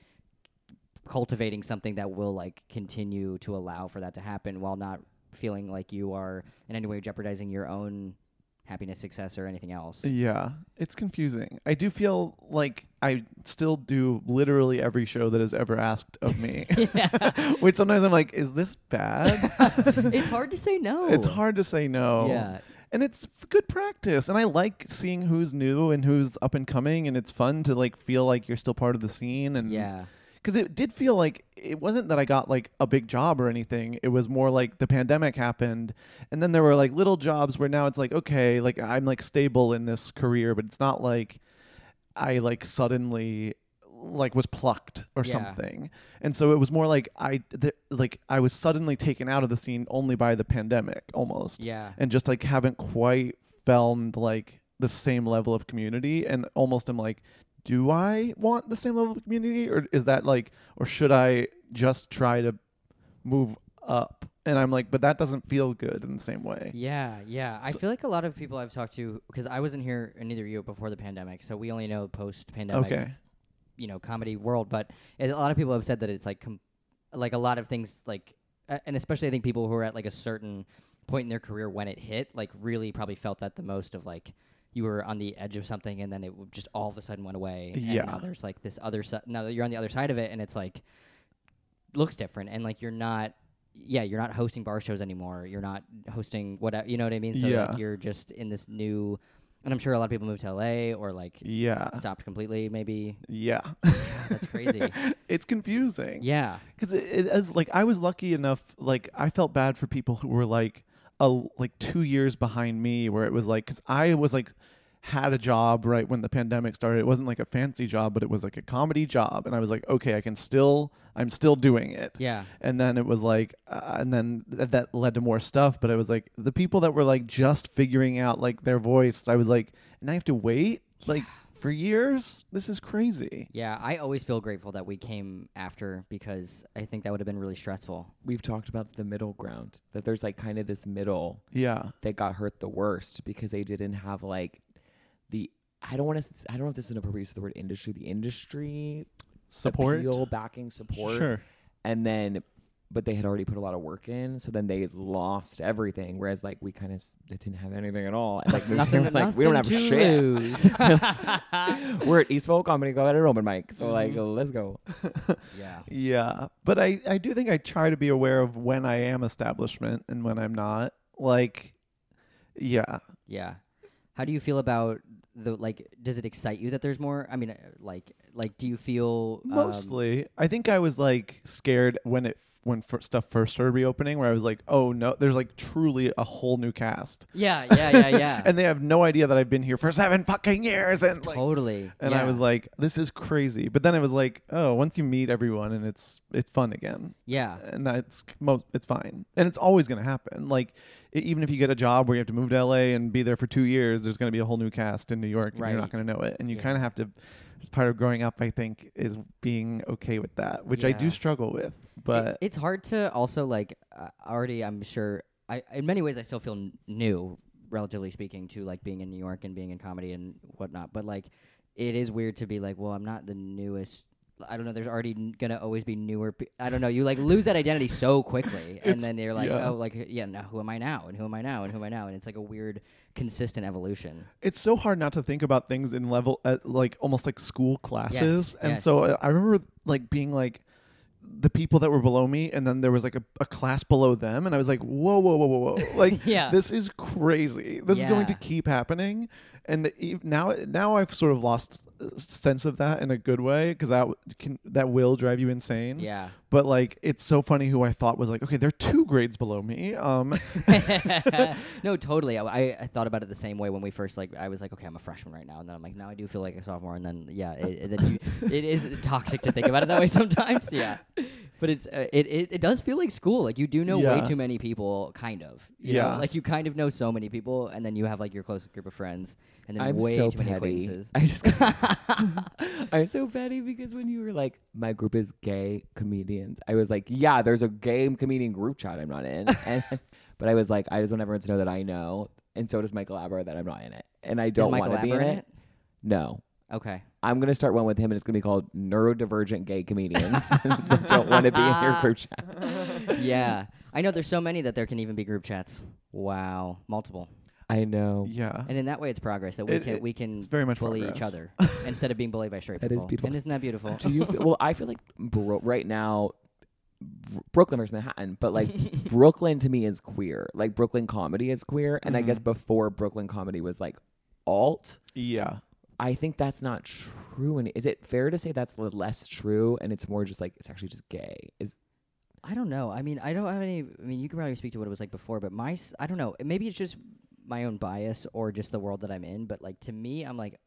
Speaker 2: cultivating something that will like continue to allow for that to happen while not feeling like you are in any way jeopardizing your own happiness, success, or anything else.
Speaker 1: Yeah, it's confusing. I do feel like I still do literally every show that is ever asked of me. Which sometimes I'm like, is this bad?
Speaker 2: it's hard to say no.
Speaker 1: It's hard to say no.
Speaker 2: Yeah.
Speaker 1: And it's f- good practice. And I like seeing who's new and who's up and coming and it's fun to like feel like you're still part of the scene and
Speaker 2: Yeah.
Speaker 1: Cuz it did feel like it wasn't that I got like a big job or anything. It was more like the pandemic happened and then there were like little jobs where now it's like okay, like I'm like stable in this career, but it's not like I like suddenly like was plucked or
Speaker 2: Yeah.
Speaker 1: something. And so it was more like I th- like I was suddenly taken out of the scene only by the pandemic almost.
Speaker 2: Yeah.
Speaker 1: And just like haven't quite found like the same level of community and almost am like do I want the same level of community or is that like or should I just try to move up? And I'm like but that doesn't feel good in the same way.
Speaker 2: Yeah, yeah. I feel like a lot of people I've talked to, because I wasn't here, and neither of you before the pandemic, so we only know post pandemic.
Speaker 1: Okay.
Speaker 2: you know comedy world but a lot of people have said that it's like com- like a lot of things like a- and especially i think people who are at like a certain point in their career when it hit like really probably felt that the most of like you were on the edge of something and then it w- just all of a sudden went away
Speaker 1: Yeah.
Speaker 2: and now there's like this other si- now that you're on the other side of it and it's like looks different and like you're not yeah you're not hosting bar shows anymore you're not hosting whatever you know what i mean so
Speaker 1: Yeah.
Speaker 2: like you're just in this new and i'm sure a lot of people moved to la or like
Speaker 1: Yeah.
Speaker 2: stopped completely maybe
Speaker 1: Yeah.
Speaker 2: that's crazy
Speaker 1: it's confusing.
Speaker 2: Yeah.
Speaker 1: because it, it as like I was lucky enough. Like I felt bad for people who were like a like two years behind me, where it was like because I was like had a job right when the pandemic started. It wasn't like a fancy job, but it was like a comedy job, and I was like, okay, I can still, I'm still doing it.
Speaker 2: Yeah.
Speaker 1: And then it was like, uh, and then th- that led to more stuff. But I was like, the people that were like just figuring out like their voice, I was like, and I have to wait like for years. This is crazy.
Speaker 2: Yeah, I always feel grateful that we came after because I think that would have been really stressful.
Speaker 3: We've talked about the middle ground, that there's like kind of this middle
Speaker 1: Yeah.
Speaker 3: that got hurt the worst because they didn't have like the I don't want to I don't know if this is an appropriate use of the word industry, the industry
Speaker 1: Support.
Speaker 3: appeal, backing support.
Speaker 1: Sure.
Speaker 3: And then but they had already put a lot of work in, so then they lost everything. Whereas like we kind of s- didn't have anything at all. And like, moved
Speaker 2: Nothing,
Speaker 3: here, like we don't have
Speaker 2: nothing to
Speaker 3: shit.
Speaker 2: lose.
Speaker 3: We're at Eastville Comedy Club at an open mic. So like let's go.
Speaker 2: yeah.
Speaker 1: Yeah, but I I do think I try to be aware of when I am establishment and when I'm not. Like, yeah,
Speaker 2: Yeah. How do you feel about the like? Does it excite you that there's more? I mean, uh, like, like, do you feel um,
Speaker 1: mostly. I think I was like scared when it when fir- stuff first started reopening, where I was like, oh no, there's like truly a whole new cast,
Speaker 2: yeah, yeah, yeah, yeah.
Speaker 1: and they have no idea that I've been here for seven fucking years, and like.
Speaker 2: totally.
Speaker 1: And I
Speaker 2: yeah.
Speaker 1: was like, "This is crazy," but then I was like, "Oh, once you meet everyone, and it's it's fun again."
Speaker 2: yeah,
Speaker 1: and that's most it's fine and it's always going to happen like e- even if you get a job where you have to move to la and be there for two years there's going to be a whole new cast in new york and you're
Speaker 2: Right.
Speaker 1: not going to know it and you
Speaker 2: Yeah.
Speaker 1: kind of have to it's part of growing up i think is being okay with that which i do
Speaker 2: Yeah.
Speaker 1: struggle with
Speaker 2: It-
Speaker 1: but
Speaker 2: it's hard to also like uh, already i'm sure i in many ways i still feel n- new relatively speaking to like being in new york and being in comedy and whatnot but like it is weird to be like well i'm not the newest i don't know there's already n- gonna always be newer pe- i don't know you like lose that identity so quickly and
Speaker 1: It's-
Speaker 2: then you're like
Speaker 1: yeah.
Speaker 2: oh like yeah now who am i now and who am i now and who am i now and it's like a weird consistent evolution
Speaker 1: it's so hard not to think about things in level at like almost like school classes and
Speaker 2: yes.
Speaker 1: so uh, I- i remember like being like the people that were below me and then there was like a, a class below them and i was like whoa whoa whoa whoa whoa like
Speaker 2: Yeah.
Speaker 1: this is crazy this is going to
Speaker 2: Yeah.
Speaker 1: keep happening and e- now now i've sort of lost uh, sense of that in a good way because that w- can that will drive you insane
Speaker 2: yeah
Speaker 1: but like it's so funny who i thought was like okay they're two grades below me um
Speaker 2: no, totally. I, I, I thought about it the same way when we first like. I was like, okay, I'm a freshman right now, and then I'm like, now I do feel like a sophomore, and then yeah, it, it, then you, it is toxic to think about it that way sometimes. Yeah, but it's uh, it, it it does feel like school. Like you do know
Speaker 1: Yeah.
Speaker 2: way too many people, kind of. You
Speaker 1: Yeah.
Speaker 2: know? like you kind of know so many people, and then you have like your close group of friends, and then
Speaker 3: I'm
Speaker 2: way
Speaker 3: so
Speaker 2: too many
Speaker 3: petty.
Speaker 2: acquaintances.
Speaker 3: I just I'm so petty because when you were like, my group is gay comedians, I was like, yeah, there's a gay comedian group chat I'm not in, and, but I was like, I just want everyone to know that I know, and so does Michael Aber that I'm not in it, and I
Speaker 2: is
Speaker 3: don't
Speaker 2: Michael
Speaker 3: want to be
Speaker 2: Lapper
Speaker 3: in
Speaker 2: in
Speaker 3: it.
Speaker 2: it?
Speaker 3: No,
Speaker 2: Okay.
Speaker 3: I'm gonna start one with him, and it's gonna be called neurodivergent gay comedians that don't want to be in your group chat.
Speaker 2: yeah, I know. There's so many that there can even be group chats. Wow, multiple.
Speaker 3: I know
Speaker 1: yeah
Speaker 2: And in that way, it's progress that we
Speaker 1: It-
Speaker 2: can
Speaker 1: it-
Speaker 2: we can
Speaker 1: it's very much
Speaker 2: bully each
Speaker 1: progress.
Speaker 2: other instead of being bullied by straight
Speaker 3: That is
Speaker 2: people.
Speaker 3: beautiful.
Speaker 2: And isn't that beautiful?
Speaker 3: Do you feel, well? I feel like Bro- right now, Br- Brooklyn versus Manhattan, but like Brooklyn to me is queer. Like Brooklyn comedy is queer, and I guess before Brooklyn comedy was like alt.
Speaker 1: yeah
Speaker 3: I think that's not true. And is it fair to say that's l- less true, and it's more just like it's actually just gay? Is
Speaker 2: I don't know. I mean, I don't have any. I mean, you can probably speak to what it was like before, but my s- I don't know. Maybe it's just my own bias or just the world that I'm in. But like to me, I'm like.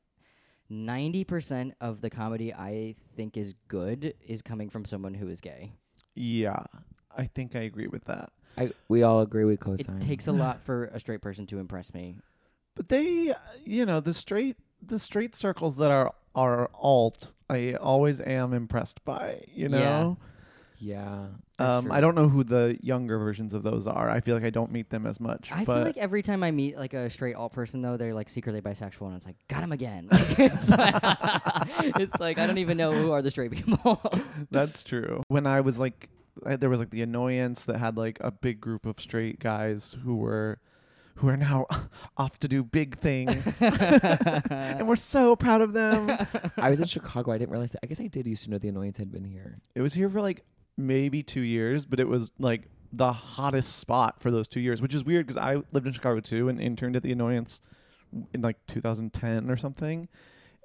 Speaker 2: 90% of the comedy I think is good is coming from someone who is gay.
Speaker 1: yeah i think i agree with that
Speaker 3: I we all agree we
Speaker 2: It
Speaker 3: co-sign.
Speaker 2: takes a lot for a straight person to impress me.
Speaker 1: But they, uh, you know, the straight the straight circles that are are alt, I always am impressed by. You
Speaker 2: Yeah,
Speaker 1: know,
Speaker 3: yeah. that's
Speaker 1: um,
Speaker 3: true.
Speaker 1: I don't know who the younger versions of those are. I feel like I don't meet them as much.
Speaker 2: I
Speaker 1: but
Speaker 2: feel like every time I meet like a straight alt person though, they're like secretly bisexual, and it's like got him again. Like, it's, it's like I don't even know who are the straight people.
Speaker 1: that's true. When I was like, I, there was like the annoyance that had like a big group of straight guys who were. Who are now off to do big things, and we're so proud of them.
Speaker 3: I was in Chicago. I didn't realize. That. I guess I did used to know the annoyance had been here.
Speaker 1: It was here for like maybe two years, but it was like the hottest spot for those two years, which is weird because I lived in Chicago too and interned at the Annoyance in like 2010 or something.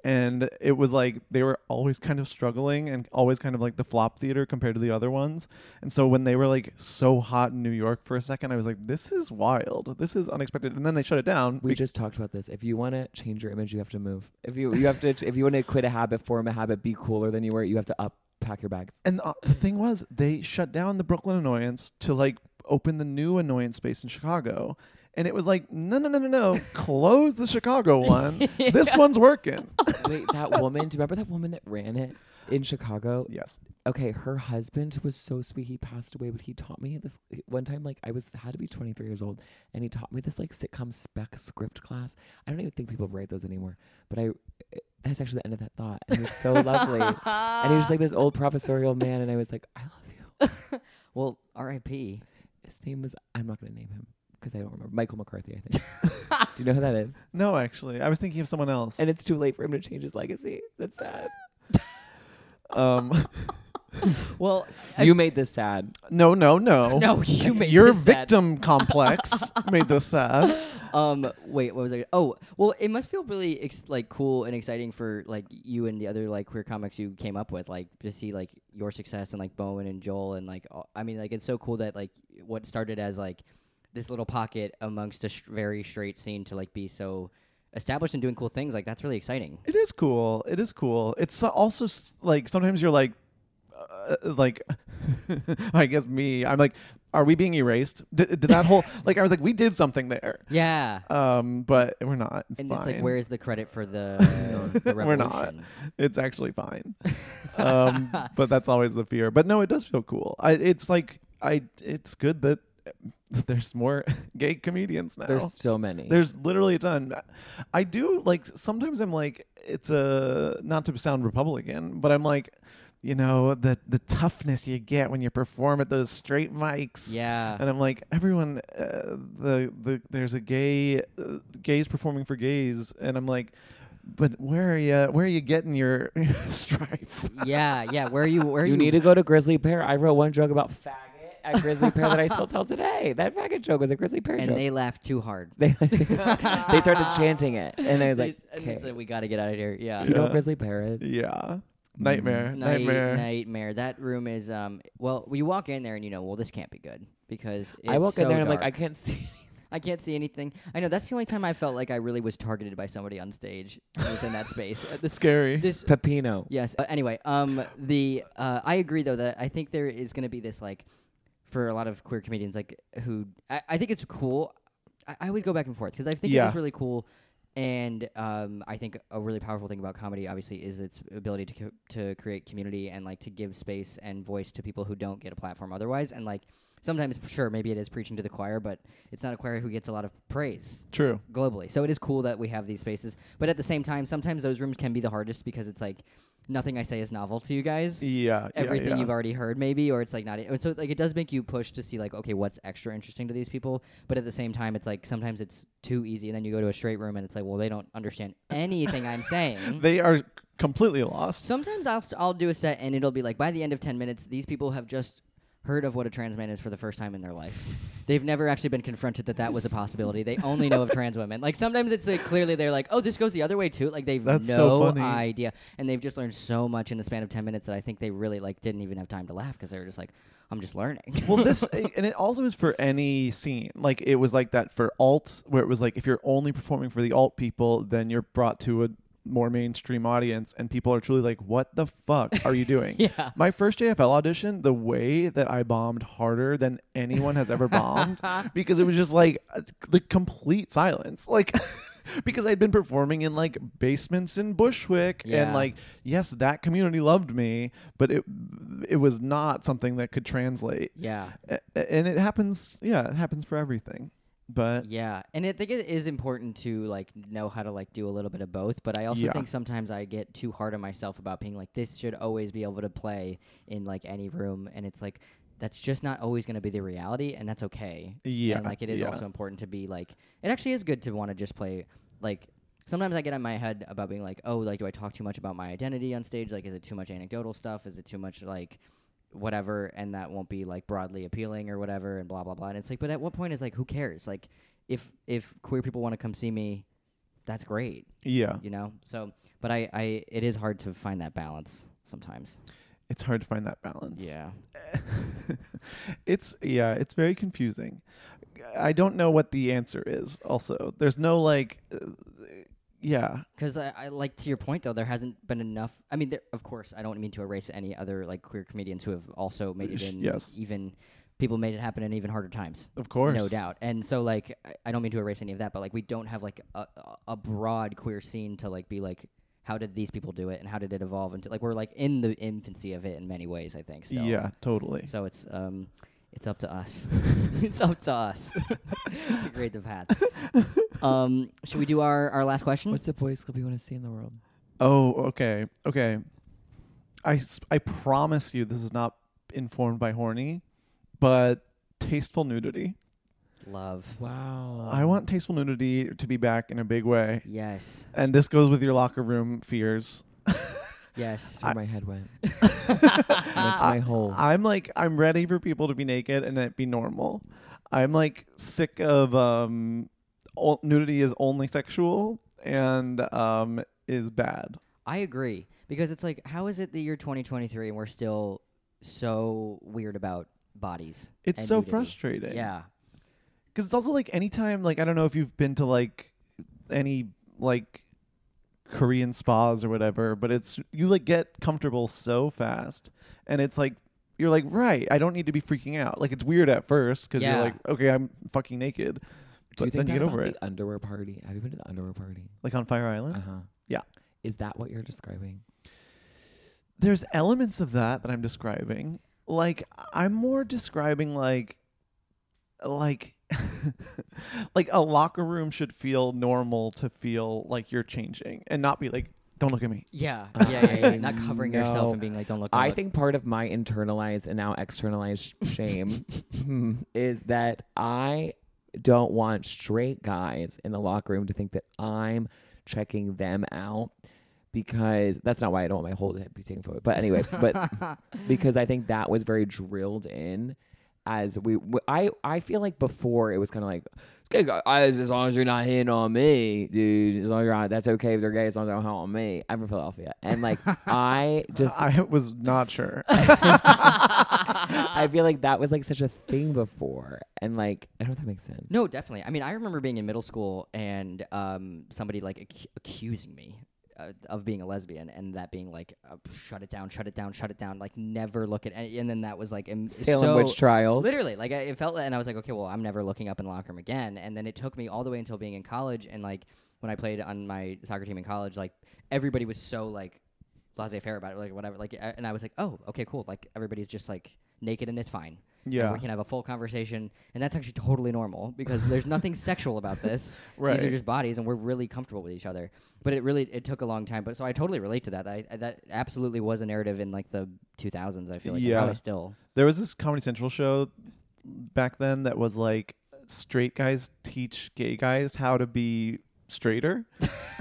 Speaker 1: and it was like they were always kind of struggling and always kind of like the flop theater compared to the other ones. And so when they were like so hot in New York for a second, I was like, this is wild. This is unexpected. And then they shut it down.
Speaker 3: We
Speaker 1: be-
Speaker 3: just talked about this. If you want to change your image, you have to move. If you you have to if you want to quit a habit, form a habit, be cooler than you were, you have to up pack your bags.
Speaker 1: and the,
Speaker 2: Mm-hmm.
Speaker 1: the thing was, they shut down the Brooklyn annoyance to like open the new annoyance space in Chicago. And it was like, no, no, no, no, no. Close the Chicago one. This one's working.
Speaker 3: Wait, that woman, do you remember that woman that ran it in Chicago?
Speaker 1: yes.
Speaker 3: Okay, her husband was so sweet. He passed away, but he taught me this one time like I was had to be 23 years old and he taught me this like sitcom spec script class. I don't even think people write those anymore, but I eh, that's actually the end of that thought. And he was so lovely. And he was like this old professorial man and I was like, I love you.
Speaker 2: Well, R.I.P.
Speaker 3: His name was I'm not going to name him because I don't remember. Michael McCarthy, I think. Do you know who that is?
Speaker 1: No, actually, I was thinking of someone else.
Speaker 3: And it's too late for him to change his legacy. That's sad.
Speaker 1: um,
Speaker 2: Well,
Speaker 3: you made this sad.
Speaker 1: no, no, no.
Speaker 2: no, you made
Speaker 1: Your
Speaker 2: this sad.
Speaker 1: victim complex made this sad.
Speaker 2: um wait what was i oh well it must feel really ex- like cool and exciting for like you and the other like queer comics you came up with like to see like your success and like bowen and joel and like all, i mean like it's so cool that like what started as like this little pocket amongst a sh- very straight scene to like be so established and doing cool things like that's really exciting
Speaker 1: It is cool. It is cool. It's so- also s- like sometimes you're like, uh, like, I guess me. I'm like, are we being erased? Did, did that whole like I was like we did something there,
Speaker 2: yeah
Speaker 1: um, but we're not. It's
Speaker 2: and
Speaker 1: fine.
Speaker 2: it's like where's the credit for the, the
Speaker 1: We're not.
Speaker 2: revolution?
Speaker 1: It's actually fine. um, but that's always the fear. But no, it does feel cool. I, it's like I. It's good that there's more gay comedians now.
Speaker 3: Oh. There's so many.
Speaker 1: There's literally a ton. I do like sometimes I'm like it's a not to sound Republican, but I'm like, you know, the the toughness you get when you perform at those straight mics.
Speaker 2: yeah
Speaker 1: And I'm like everyone, uh, the the there's a gay uh, gays performing for gays, and I'm like, but where are you? Where are you getting your strife?
Speaker 2: yeah yeah where are you where are
Speaker 3: you,
Speaker 2: you,
Speaker 3: need to go to Grizzly Pear. I wrote one joke about faggot at Grizzly Pear that I still tell today. That faggot joke was a Grizzly Pear
Speaker 2: and
Speaker 3: joke.
Speaker 2: they laugh too hard
Speaker 3: they, they started chanting it, and I was like,
Speaker 2: They- and
Speaker 3: "Okay,
Speaker 2: they said, we got to get out of here. Yeah.
Speaker 3: do you know what
Speaker 1: Yeah.
Speaker 3: Grizzly Pear is?"
Speaker 1: yeah, nightmare,
Speaker 2: Mm. Night-
Speaker 1: nightmare.
Speaker 2: nightmare. That room is um. Well, you walk in there and you know, well, this can't be good because it's
Speaker 3: I walk in
Speaker 2: so
Speaker 3: there and I'm like,
Speaker 2: dark.
Speaker 3: "I can't see."
Speaker 2: I can't see anything. I know that's the only time I felt like I really was targeted by somebody on stage was in that space. Uh, This,
Speaker 1: Scary.
Speaker 2: this
Speaker 3: Pepino.
Speaker 2: Yes. Uh, anyway, um, the uh, I agree though that I think there is going to be this like for a lot of queer comedians like who I, I think it's cool. I, I always go back and forth because I think
Speaker 1: Yeah.
Speaker 2: it's really cool, and um, I think a really powerful thing about comedy obviously is its ability to co- to create community and like to give space and voice to people who don't get a platform otherwise, and like. Sometimes, sure, maybe it is preaching to the choir, but it's not a choir who gets a lot of praise
Speaker 1: True.
Speaker 2: globally. So it is cool that we have these spaces. But at the same time, sometimes those rooms can be the hardest because it's like nothing I say is novel to you guys.
Speaker 1: Yeah.
Speaker 2: Everything
Speaker 1: yeah, yeah.
Speaker 2: you've already heard, maybe, or it's like not. e, So like it does make you push to see like, okay, what's extra interesting to these people. But at the same time, it's like sometimes it's too easy, and then you go to a straight room and it's like, well, they don't understand anything I'm saying.
Speaker 1: They are completely lost.
Speaker 2: Sometimes I'll st- I'll do a set and it'll be like by the end of ten minutes, these people have just heard of what a trans man is for the first time in their life. They've never actually been confronted that that was a possibility. They only know of trans women. Like sometimes it's like clearly they're like, oh, this goes the other way too. Like they've
Speaker 1: That's so
Speaker 2: no
Speaker 1: funny.
Speaker 2: idea, and they've just learned so much in the span of ten minutes that I think they really like didn't even have time to laugh because they were just like, I'm just learning.
Speaker 1: well this and it also is for any scene like it was like that for alt where it was like if you're only performing for the alt people then you're brought to a more mainstream audience and people are truly like what the fuck are you doing
Speaker 2: Yeah.
Speaker 1: my first jfl audition the way that i bombed harder than anyone has ever bombed because it was just like uh, the complete silence like because i'd been performing in like basements in bushwick
Speaker 2: Yeah.
Speaker 1: and like yes that community loved me but it it was not something that could translate
Speaker 2: yeah.
Speaker 1: a- a- and it happens yeah it happens for everything but
Speaker 2: Yeah, and I think it is important to like know how to like do a little bit of both. But I also
Speaker 1: Yeah.
Speaker 2: think sometimes I get too hard on myself about being like this should always be able to play in like any room, and it's like that's just not always going to be the reality, and that's okay.
Speaker 1: Yeah,
Speaker 2: and like it is
Speaker 1: yeah.
Speaker 2: also important to be like it actually is good to want to just play like. Sometimes I get in my head about being like, oh, like, do I talk too much about my identity on stage? Like, is it too much anecdotal stuff? Is it too much, like, whatever and that won't be like broadly appealing or whatever and blah blah blah and it's like but at what point is like who cares like if if queer people want to come see me that's great,
Speaker 1: Yeah.
Speaker 2: you know. So, but I, I it is hard to find that balance sometimes.
Speaker 1: It's hard to find that balance.
Speaker 2: Yeah.
Speaker 1: it's yeah, it's very confusing. I don't know what the answer is. Also, there's no like, uh, yeah,
Speaker 2: Because I, I like to your point though, there hasn't been enough. I mean, there, of course, I don't mean to erase any other like queer comedians who have also made it
Speaker 1: Sh-
Speaker 2: in.
Speaker 1: yes.
Speaker 2: Even people made it happen in even harder times.
Speaker 1: of course,
Speaker 2: No doubt. And so like, I, I don't mean to erase any of that, but like we don't have like a, a- a broad queer scene to like be like, how did these people do it and how did it evolve into like we're like in the infancy of it in many ways. I think. Still.
Speaker 1: Yeah, totally.
Speaker 2: So it's um, it's up to us. it's up to us to create the path. Um, should we do our our last question?
Speaker 3: What's a boys' club you want to see in the world?
Speaker 1: Oh, okay, okay. I s- I promise you, this is not informed by horny, but tasteful nudity.
Speaker 2: Love.
Speaker 3: Wow.
Speaker 2: Um.
Speaker 1: I want tasteful nudity to be back in a big way,
Speaker 2: Yes.
Speaker 1: and this goes with your locker room fears.
Speaker 2: Yes.
Speaker 3: That's where my head went. That's
Speaker 2: Uh,
Speaker 3: my whole.
Speaker 1: I'm like I'm ready for people to be naked and it be normal. I'm like sick of um all, nudity is only sexual and um is bad.
Speaker 2: I agree because it's like, how is it the year 2023 and we're still so weird about bodies?
Speaker 1: It's
Speaker 2: and
Speaker 1: so
Speaker 2: nudity?
Speaker 1: frustrating.
Speaker 2: Yeah.
Speaker 1: Cuz it's also like anytime like I don't know if you've been to like any like Korean spas or whatever, but it's you like get comfortable so fast and it's like you're like, "Right, I don't need to be freaking out." Like it's weird at first cuz
Speaker 2: Yeah.
Speaker 1: you're like, "Okay, I'm fucking naked."
Speaker 3: Do you
Speaker 1: But
Speaker 3: think
Speaker 1: then you
Speaker 3: that
Speaker 1: get over
Speaker 3: about
Speaker 1: it.
Speaker 3: the underwear party? Have you been to the underwear party?
Speaker 1: Like on Fire Island?
Speaker 3: Uh huh.
Speaker 1: Yeah.
Speaker 3: Is that what you're describing?
Speaker 1: there's elements of that that I'm describing. Like I'm more describing like like like a locker room should feel normal to feel like you're changing and not be like don't look at me.
Speaker 2: Yeah. Yeah. Yeah. yeah.
Speaker 3: I
Speaker 2: Not covering yourself
Speaker 3: know.
Speaker 2: and being like, don't look. Don't
Speaker 3: I
Speaker 2: look.
Speaker 3: think part of my internalized and now externalized shame is that I don't want straight guys in the locker room to think that I'm checking them out because that's not why I don't want my whole head to be taken photo. But anyway, but because I think that was very drilled in as we, w- I, I feel like before it was kind of like, "It's good, guys, as long as you're not hitting on me, dude, as long as you're not, that's okay if they're gay, as long as they don't hit on me. I'm from Philadelphia. And like, I just,
Speaker 1: I was not sure.
Speaker 3: I feel like that was like such a thing before, and like I don't know if that makes sense.
Speaker 2: No, definitely. I mean, I remember being in middle school and um, somebody like ac- accusing me uh, of being a lesbian, and that being like, uh, shut it down, shut it down, shut it down. Like, never look at. Any- and then that was like, im-
Speaker 3: Salem
Speaker 2: so-
Speaker 3: witch trials.
Speaker 2: Literally, like I, it felt, and I was like, okay, well, I'm never looking up in the locker room again. And then it took me all the way until being in college, and like when I played on my soccer team in college, like everybody was so like laissez-faire about it, like whatever. Like, I- and I was like, oh, okay, cool. Like everybody's just like naked and it's fine. And
Speaker 1: Yeah.
Speaker 2: we can have a full conversation, and that's actually totally normal because there's nothing sexual about this. These are
Speaker 1: Right.
Speaker 2: just bodies, and we're really comfortable with each other. But it really it took a long time. But so I totally relate to that. I, I- that absolutely was a narrative in like the 2000s. I feel like and
Speaker 1: Yeah.
Speaker 2: probably still.
Speaker 1: There was this Comedy Central show back then that was like straight guys teach gay guys how to be straighter.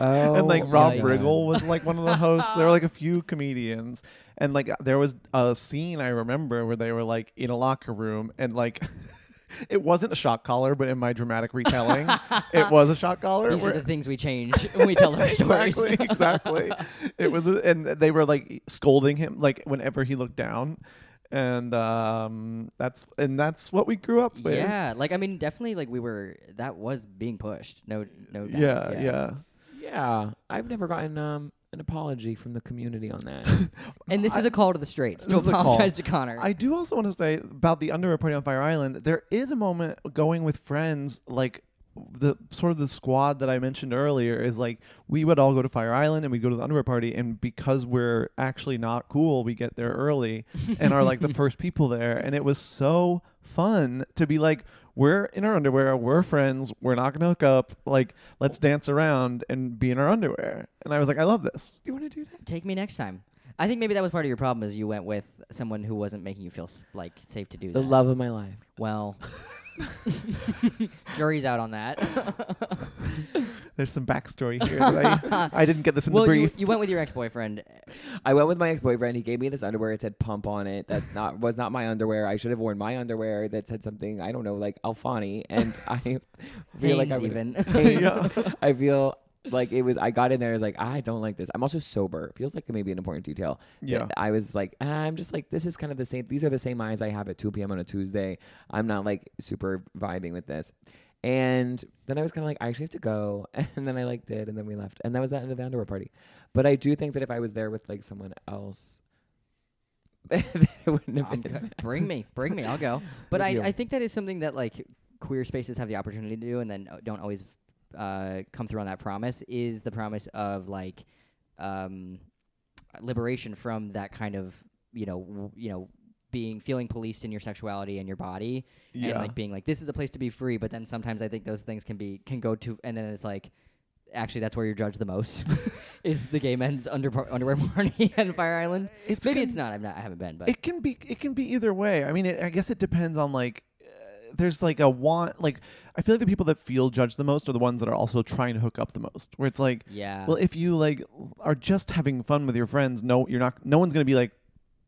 Speaker 3: Oh,
Speaker 1: and like Rob
Speaker 2: yikes.
Speaker 1: Riggle was like one of the hosts. there were like a few comedians, and like uh, there was a scene I remember where they were like in a locker room, and like it wasn't a shock collar, but in my dramatic retelling, it was a shock collar.
Speaker 2: These are
Speaker 1: where-
Speaker 2: the things we change when we tell our stories.
Speaker 1: exactly, exactly. It was, a, and they were like scolding him like whenever he looked down, and um, that's and that's what we grew up with.
Speaker 2: yeah, like I mean, definitely, like we were. That was being pushed. No, no doubt.
Speaker 1: yeah, yeah.
Speaker 3: yeah, I've never gotten um an apology from the community on that.
Speaker 2: And this is a call to the straights to
Speaker 1: This is a call.
Speaker 2: apologize to Connor.
Speaker 1: I do also want to say about the underwear party on Fire Island. There is a moment going with friends, like the sort of the squad that I mentioned earlier is like we would all go to Fire Island and we go to the underwear party, and because we're actually not cool, we get there early and are like the first people there, and it was so fun to be like. We're in our underwear. We're friends. We're not gonna hook up. Like, let's dance around and be in our underwear. And I was like, I love this.
Speaker 3: do you want to do that?
Speaker 2: Take me next time. I think maybe that was part of your problem is you went with someone who wasn't making you feel s- like safe to do
Speaker 3: The
Speaker 2: that.
Speaker 3: love of my life.
Speaker 2: Well, Jury's out on that.
Speaker 1: There's some backstory here. that I, I didn't get this in
Speaker 2: well,
Speaker 1: the
Speaker 2: you,
Speaker 1: brief.
Speaker 2: you went with your ex-boyfriend.
Speaker 3: I went with my ex-boyfriend. He gave me this underwear. It said "pump" on it. That's not was not my underwear. I should have worn my underwear that said something I don't know, like Alfani. And I feel like
Speaker 2: Haynes
Speaker 3: I would-
Speaker 2: even.
Speaker 3: Haynes.
Speaker 1: Yeah.
Speaker 3: I feel like it was. I got in there. I was like, "Ah, I don't like this. I'm also sober. Feels like maybe an important detail. that
Speaker 1: Yeah.
Speaker 3: I was like, ah, I'm just like this is kind of the same. These are the same eyes I have at 2 p.m. on a Tuesday. I'm not like super vibing with this. And then I was kind of like, I actually have to go. And then I like did, and then we left. And that was the end of the underwear party. But I do think that if I was there with like someone else, it wouldn't have
Speaker 2: I'm
Speaker 3: been. as
Speaker 2: good.
Speaker 3: bad.
Speaker 2: bring me, bring me, I'll go. But
Speaker 3: With
Speaker 2: I,
Speaker 3: you.
Speaker 2: I think that is something that like queer spaces have the opportunity to do, and then uh, don't always uh, come through on that promise. Is the promise of like um, liberation from that kind of you know w- you know being feeling policed in your sexuality and your body, and
Speaker 1: Yeah.
Speaker 2: like being like this is a place to be free. But then sometimes I think those things can be can go to, and then it's like. Actually, that's where you're judged the most. is the gay men's under, underwear party on Fire Island?
Speaker 1: It's
Speaker 2: Maybe
Speaker 1: con-
Speaker 2: it's not. I'm not. I haven't been, but
Speaker 1: it can be it can be either way i mean it, i guess it depends on like uh, there's like a want like i feel like the people that feel judged the most are the ones that are also trying to hook up the most where it's like
Speaker 2: yeah.
Speaker 1: well if you like are just having fun with your friends no you're not no one's gonna be like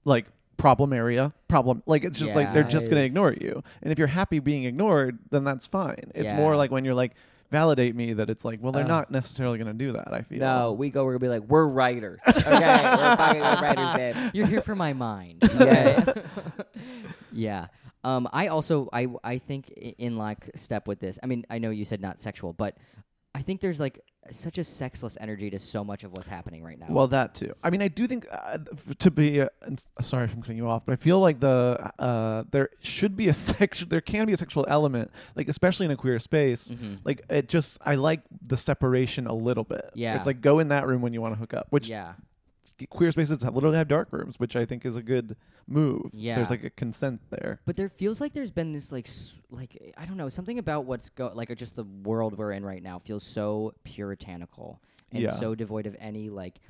Speaker 1: like problem area problem like it's just like they're just gonna
Speaker 3: Yes.
Speaker 1: ignore you and if you're happy being ignored then that's fine it's
Speaker 2: Yeah.
Speaker 1: more like when you're like validate me that it's like well they're
Speaker 3: Ugh.
Speaker 1: not necessarily gonna do that i feel
Speaker 3: No, we go. We're gonna be like, we're writers. Okay, we're fucking writers, babe.
Speaker 2: You're here for my mind.
Speaker 3: Yes.
Speaker 2: yeah. Um, I also I I think i- in like step with this. I mean, I know you said not sexual, but I think there's like such a sexless energy to so much of what's happening right now.
Speaker 1: Well, that too. I mean, I do think uh, f- to be uh, and s- sorry if I'm cutting you off, but I feel like the uh, there should be a sexual, there can be a sexual element, like especially in a queer space.
Speaker 2: Mhm.
Speaker 1: Like it just, I like the separation a little bit.
Speaker 2: Yeah.
Speaker 1: it's like go in that room when you want to hook up, which
Speaker 2: yeah,
Speaker 1: queer spaces have, literally have dark rooms, which I think is a good move.
Speaker 2: Yeah.
Speaker 1: there's like a consent there.
Speaker 2: but there feels like there's been this like s- like I don't know something about what's go like just the world we're in right now feels so puritanical and
Speaker 1: Yeah.
Speaker 2: so devoid of any like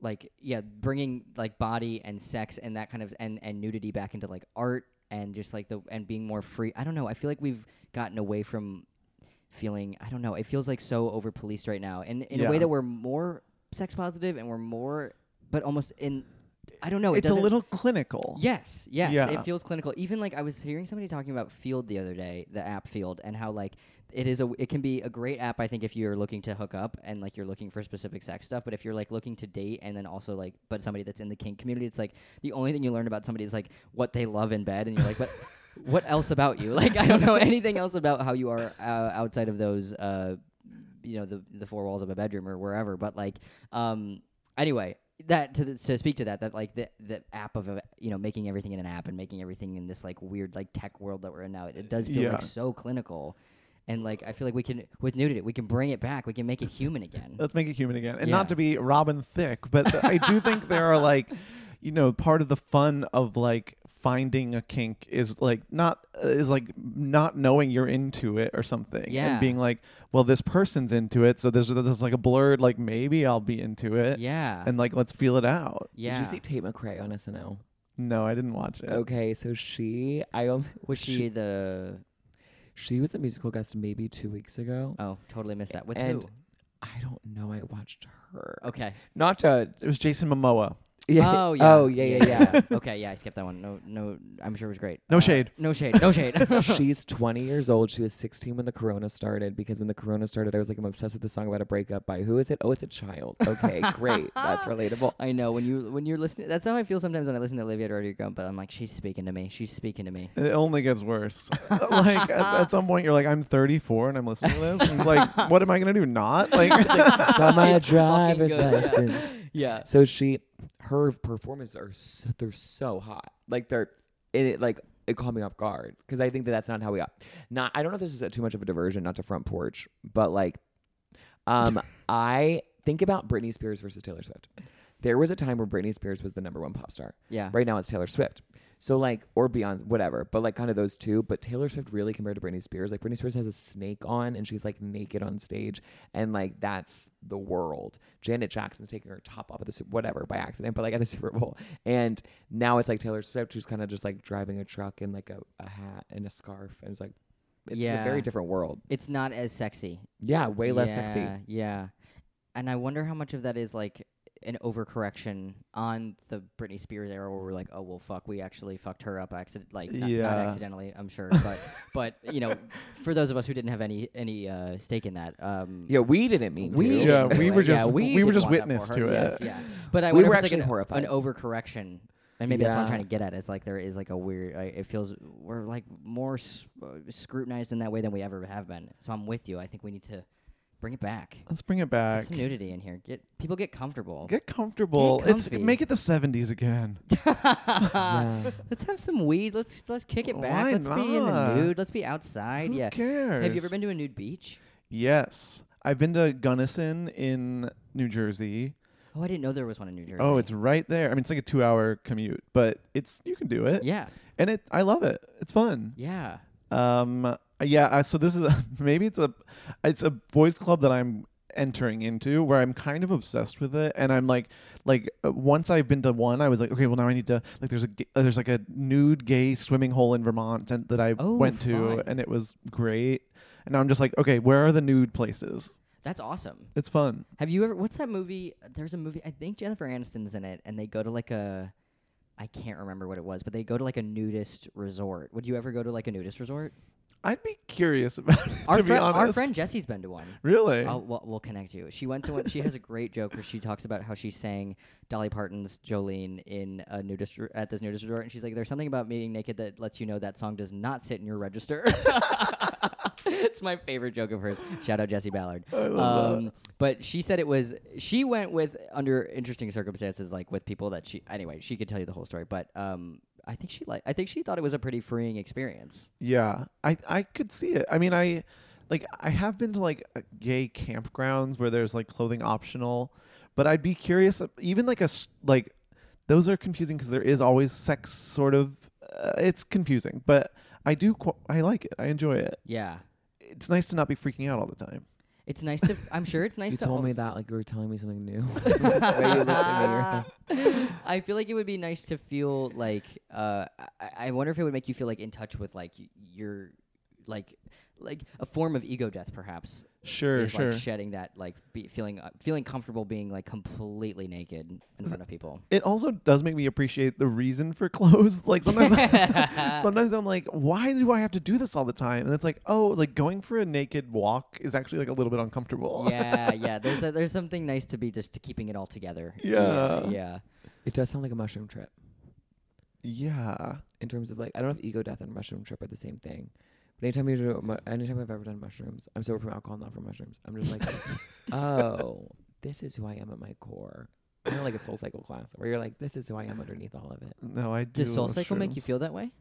Speaker 2: like yeah bringing like body and sex and that kind of and and nudity back into like art and just like the and being more free I don't know I feel like we've gotten away from feeling I don't know it feels like so over policed right now and in a way
Speaker 1: Yeah.
Speaker 2: that we're more sex positive and we're more but almost in I don't know it
Speaker 1: it's a
Speaker 2: doesn't-
Speaker 1: little clinical.
Speaker 2: Yes, yes.
Speaker 1: Yeah.
Speaker 2: It feels clinical. Even like I was hearing somebody talking about Field the other day, the app Field, and how like it is a it can be a great app I think if you're looking to hook up and like you're looking for specific sex stuff, but if you're like looking to date and then also like but somebody that's in the kink community, it's like the only thing you learn about somebody is like what they love in bed and you're like but what else about you? Like I don't know anything else about how you are uh, outside of those uh you know the the four walls of a bedroom or wherever but like um anyway that to, the, to speak to that that like the the app of a, you know making everything in an app and making everything in this like weird like tech world that we're in now it, it does feel
Speaker 1: Yeah.
Speaker 2: like so clinical and like i feel like we can with nudity we can bring it back we can make it human again
Speaker 1: Let's make it human again. And
Speaker 2: Yeah.
Speaker 1: not to be Robin Thicke, but th- I do think there are like, you know, part of the fun of like finding a kink is like not uh, is like not knowing you're into it or something
Speaker 2: Yeah.
Speaker 1: and being like, well, this person's into it, so there's there's like a blurred like maybe I'll be into it.
Speaker 2: yeah
Speaker 1: And like let's feel it out.
Speaker 2: yeah
Speaker 3: Did you see Tate McRae on SNL?
Speaker 1: No, I didn't watch it.
Speaker 3: Okay, so she, I um,
Speaker 2: was she the
Speaker 3: she was a musical guest maybe two weeks ago.
Speaker 2: oh totally missed that with
Speaker 3: And-
Speaker 2: who
Speaker 3: I don't know. I watched her.
Speaker 2: okay
Speaker 3: Not to.
Speaker 1: It was Jason Momoa.
Speaker 3: Yeah.
Speaker 2: oh yeah
Speaker 3: Oh yeah. Yeah. yeah.
Speaker 2: okay yeah i skipped that one no no i'm sure it was great
Speaker 1: No
Speaker 2: Uh,
Speaker 1: shade.
Speaker 2: no shade no shade
Speaker 3: She's 20 years old. She was 16 when the corona started because when the corona started, I was like, I'm obsessed with the song about a breakup by who is it? Oh, it's a child. Okay, great. That's relatable.
Speaker 2: I know when you when you're listening. That's how I feel sometimes when I listen to Olivia Rodrigo. But I'm like, she's speaking to me. She's speaking to me.
Speaker 1: It only gets worse. like at, at some point, you're like, I'm 34 and I'm listening to this. And it's like, what am I gonna do? Not like,
Speaker 3: Got my
Speaker 2: It's fucking
Speaker 3: driver's
Speaker 2: good.
Speaker 3: license.
Speaker 2: Yeah.
Speaker 3: So she, her performances are so, they're so hot. Like they're, and it like it caught me off guard because I think that that's not how we got. Not I don't know if this is a, too much of a diversion, not to front porch, but like, um, I think about Britney Spears versus Taylor Swift. There was a time where Britney Spears was the number one pop star.
Speaker 2: Yeah.
Speaker 3: Right now it's Taylor Swift. So like or Beyonce, whatever, but like kind of those two. But Taylor Swift really compared to Britney Spears, like Britney Spears has a snake on and she's like naked on stage, and like that's the world. Janet Jackson's taking her top off of the Super, whatever by accident, but like at the Super Bowl, and now it's like Taylor Swift who's kind of just like driving a truck in like a, a hat and a scarf, and it's like It's
Speaker 2: Yeah.
Speaker 3: a very different world.
Speaker 2: It's not as sexy.
Speaker 3: Yeah, way less sexy.
Speaker 2: Yeah, Yeah. And I wonder how much of that is like an overcorrection on the Britney Spears era where we're like, oh well fuck, we actually fucked her up accident like not, not
Speaker 1: Yeah.
Speaker 2: accidentally, I'm sure. But but you know, for those of us who didn't have any any uh, stake in that, um
Speaker 3: Yeah, we didn't mean
Speaker 2: we
Speaker 3: to.
Speaker 1: Yeah,
Speaker 2: didn't do
Speaker 1: we
Speaker 2: it.
Speaker 1: were just-
Speaker 2: yeah, we,
Speaker 1: we were
Speaker 2: didn't
Speaker 1: just
Speaker 2: want that for
Speaker 1: witness
Speaker 2: her.
Speaker 1: to it.
Speaker 2: Yes, yeah. But I
Speaker 3: We
Speaker 2: wonder
Speaker 3: were
Speaker 2: if it's
Speaker 3: actually
Speaker 2: like an,
Speaker 3: horrified.
Speaker 2: an overcorrection. And maybe that's what I'm trying
Speaker 3: Yeah.
Speaker 2: to get at. It's like there is like a weird. Like, it feels we're like more s- uh, scrutinized in that way than we ever have been. So I'm with you. I think we need to bring it back.
Speaker 1: Let's bring it back.
Speaker 2: Get some nudity in here. Get people get comfortable.
Speaker 1: Get comfortable. it's
Speaker 2: comfy.
Speaker 1: make it the seventies again.
Speaker 3: Yeah.
Speaker 2: Let's have some weed. Let's let's kick it back.
Speaker 1: Why
Speaker 2: let's be in the
Speaker 1: not?
Speaker 2: nude. Let's be outside.
Speaker 1: Who
Speaker 2: yeah.
Speaker 1: cares?
Speaker 2: Have you ever been to a nude beach?
Speaker 1: Yes, I've been to Gunnison in New Jersey.
Speaker 2: Oh, I didn't know there was one in New Jersey.
Speaker 1: Oh, it's right there. I mean, it's like a two-hour commute, but it's you can do it.
Speaker 2: yeah,
Speaker 1: and it I love it. It's fun.
Speaker 2: yeah.
Speaker 1: Um, yeah. I, so this is a, maybe it's a it's a boys club that I'm entering into where I'm kind of obsessed with it, and I'm like like uh, once I've been to one, I was like, okay, well now I need to like there's a ga- uh, there's like a nude gay swimming hole in Vermont and, that I
Speaker 2: Oh,
Speaker 1: went
Speaker 2: fun.
Speaker 1: to, and it was great. And now I'm just like, okay, where are the nude places?
Speaker 2: That's awesome.
Speaker 1: It's fun.
Speaker 2: Have you ever? What's that movie? There's a movie. I think Jennifer Aniston's in it, and they go to like a. I can't remember what it was, but they go to like a nudist resort. Would you ever go to like a nudist resort?
Speaker 1: I'd be curious about it,
Speaker 2: Our,
Speaker 1: to be
Speaker 2: friend,
Speaker 1: honest.
Speaker 2: our friend Oh, Jesse's been to one.
Speaker 1: really?
Speaker 2: I'll, we'll, we'll connect you. She went to one. She has a great joke where she talks about how she sang Dolly Parton's Jolene in a nudist re- at this nudist resort, and she's like, "There's something about being naked that lets you know that song does not sit in your register." it's my favorite joke of hers. Shout out Jesse Ballard. Um,
Speaker 1: I love that.
Speaker 2: But she said it was she went with under interesting circumstances, like with people that she anyway. She could tell you the whole story, but um, I think she like I think she thought it was a pretty freeing experience.
Speaker 1: Yeah, I I could see it. I mean, I like I have been to like uh, gay campgrounds where there's like clothing optional, but I'd be curious. if- Even like a s- like those are confusing because there is always sex sort of. Uh, it's confusing, but I do qu- I like it. I enjoy it.
Speaker 2: Yeah,
Speaker 1: It's nice to not be freaking out all the time.
Speaker 2: it's nice to. I'm sure it's nice
Speaker 3: You
Speaker 2: to
Speaker 3: told me
Speaker 2: also-
Speaker 3: that like you were telling me something new. The way you looked at me, you're like,
Speaker 2: I feel like it would be nice to feel like uh, I-, I wonder if it would make you feel like in touch with like y- your like like a form of ego death perhaps
Speaker 1: Sure,
Speaker 2: is
Speaker 1: sure.
Speaker 2: like shedding that like be- feeling uh, feeling comfortable being like completely naked in front of people.
Speaker 1: it also does make me appreciate the reason for clothes. Like sometimes, sometimes I'm like, why do I have to do this all the time? And it's like, oh, like going for a naked walk is actually like a little bit uncomfortable.
Speaker 2: yeah, yeah. There's a, there's something nice to be just to keeping it all together.
Speaker 1: Yeah.
Speaker 2: yeah.
Speaker 3: it does sound like a mushroom trip
Speaker 1: Yeah.
Speaker 3: in terms of like I don't know if ego death and mushroom trip are the same thing. But anytime you do, mu- anytime I've ever done mushrooms, I'm sober from alcohol, not from mushrooms. I'm just like, oh, this is who I am at my core. Kind of like a soul cycle class where you're like, this is who I am underneath all of it.
Speaker 1: No, I do.
Speaker 2: Does Soul Cycle make you feel that way?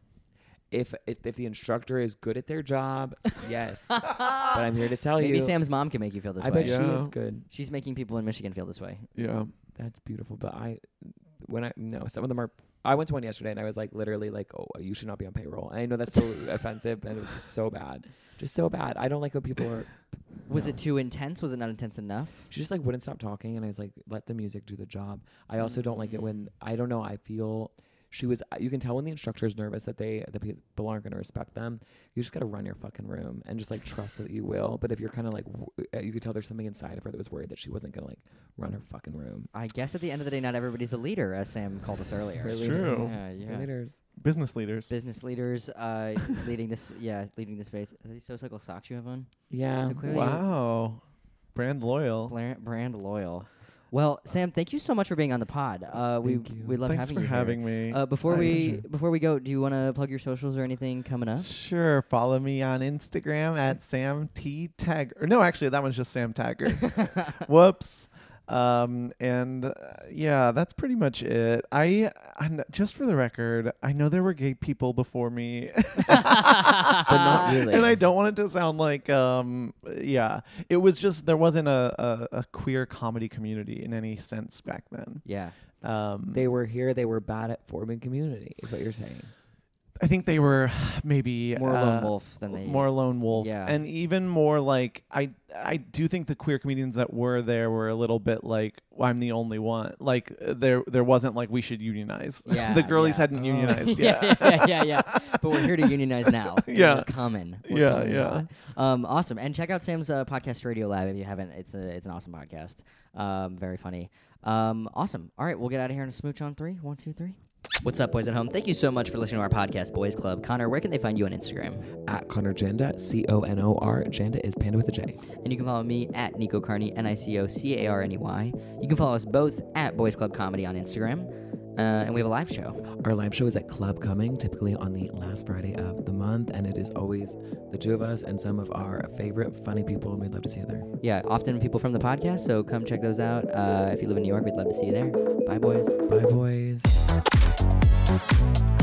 Speaker 3: If if, if the instructor is good at their job, yes. but I'm here to tell
Speaker 2: Maybe
Speaker 3: you,
Speaker 2: Sam's mom can make you feel this
Speaker 3: I
Speaker 2: way.
Speaker 3: bet she
Speaker 1: Yeah.
Speaker 3: is good.
Speaker 2: She's making people in Michigan feel this way.
Speaker 1: Yeah.
Speaker 3: That's beautiful. But I, when I no, some of them are. I went to one yesterday and I was like, literally, like, oh, you should not be on payroll. And I know that's so offensive and it was so bad, just so bad. I don't like when people are.
Speaker 2: Was
Speaker 3: No.
Speaker 2: it too intense? Was it not intense enough?
Speaker 3: She just like wouldn't stop talking, and I was like, let the music do the job. I also don't like it
Speaker 2: Mm.
Speaker 3: when I don't know. I feel she was. uh, You can tell when the instructor is nervous that they the people aren't going to respect them. You just got to run your fucking room and just like trust that you will. But if you're kind of like, w- uh, you could tell there's something inside of her that was worried that she wasn't going to like run her fucking room.
Speaker 2: I guess at the end of the day, not everybody's a leader, as Sam called us earlier.
Speaker 1: It's
Speaker 3: Really
Speaker 1: true.
Speaker 3: nice.
Speaker 2: Yeah, yeah.
Speaker 3: Leaders.
Speaker 1: Business leaders.
Speaker 2: Business leaders uh, leading this, yeah, leading this space. Are these SoCycle socks you have on?
Speaker 3: Yeah.
Speaker 2: So clearly-
Speaker 1: wow. Brand loyal.
Speaker 2: Bla- brand loyal. Well, Sam, thank you so much for being on the pod. Uh, we
Speaker 3: Thank you.
Speaker 2: we love
Speaker 1: Thanks
Speaker 2: having
Speaker 1: for
Speaker 2: you. here.
Speaker 1: having me.
Speaker 2: Uh, before
Speaker 3: My
Speaker 2: we
Speaker 3: pleasure.
Speaker 2: before we go, do you want to plug your socials or anything coming up?
Speaker 1: Sure. Follow me on Instagram at Sam T Tagger. No, actually, that one's just Sam Tagger. Whoops. Um, and uh, yeah, that's pretty much it. I, I kn- just for the record, I know there were gay people before me,
Speaker 3: But not really.
Speaker 1: and I don't want it to sound like um, yeah, it was just there wasn't a, a, a queer comedy community in any sense back then.
Speaker 2: Yeah.
Speaker 1: Um,
Speaker 3: They were here. They were bad at forming community. Is what you're saying.
Speaker 1: I think they were maybe
Speaker 2: More lone
Speaker 1: uh,
Speaker 2: wolf than they.
Speaker 1: more lone wolf
Speaker 2: Yeah.
Speaker 1: and even more like i i do think the queer comedians that were there were a little bit like well, i'm the only one like uh, there there wasn't like we should unionize
Speaker 2: Yeah,
Speaker 1: the girlies
Speaker 2: yeah.
Speaker 1: hadn't
Speaker 2: Oh.
Speaker 1: unionized
Speaker 2: yeah,
Speaker 1: yet
Speaker 2: yeah, yeah, yeah. But we're here to unionize now.
Speaker 1: Yeah.
Speaker 2: we're coming. We're
Speaker 1: Yeah,
Speaker 2: coming
Speaker 1: yeah.
Speaker 2: hot. Um, awesome. And check out Sam's uh, podcast, Radio Lab, if you haven't. It's a, it's an awesome podcast. Um, very funny. Um, awesome. All right, we'll get out of here and smooch on three. One, two, three. What's up, boys at home? Thank you so much for listening to our podcast, Boys Club. Connor, where can they find you on Instagram?
Speaker 3: At Connor Janda, C O N O R. Janda is panda with a J.
Speaker 2: And you can follow me at Nico Carney, N I C O C A R N E Y. You can follow us both at Boys Club Comedy on Instagram. Uh, and we have a live show.
Speaker 3: Our live show is at Club Coming, typically on the last Friday of the month, and it is always the two of us and some of our favorite funny people, and we'd love to see you there.
Speaker 2: Yeah, often people from the podcast, so come check those out. Uh, if you live in New York, we'd love to see you there. Bye, boys.
Speaker 3: Bye, boys.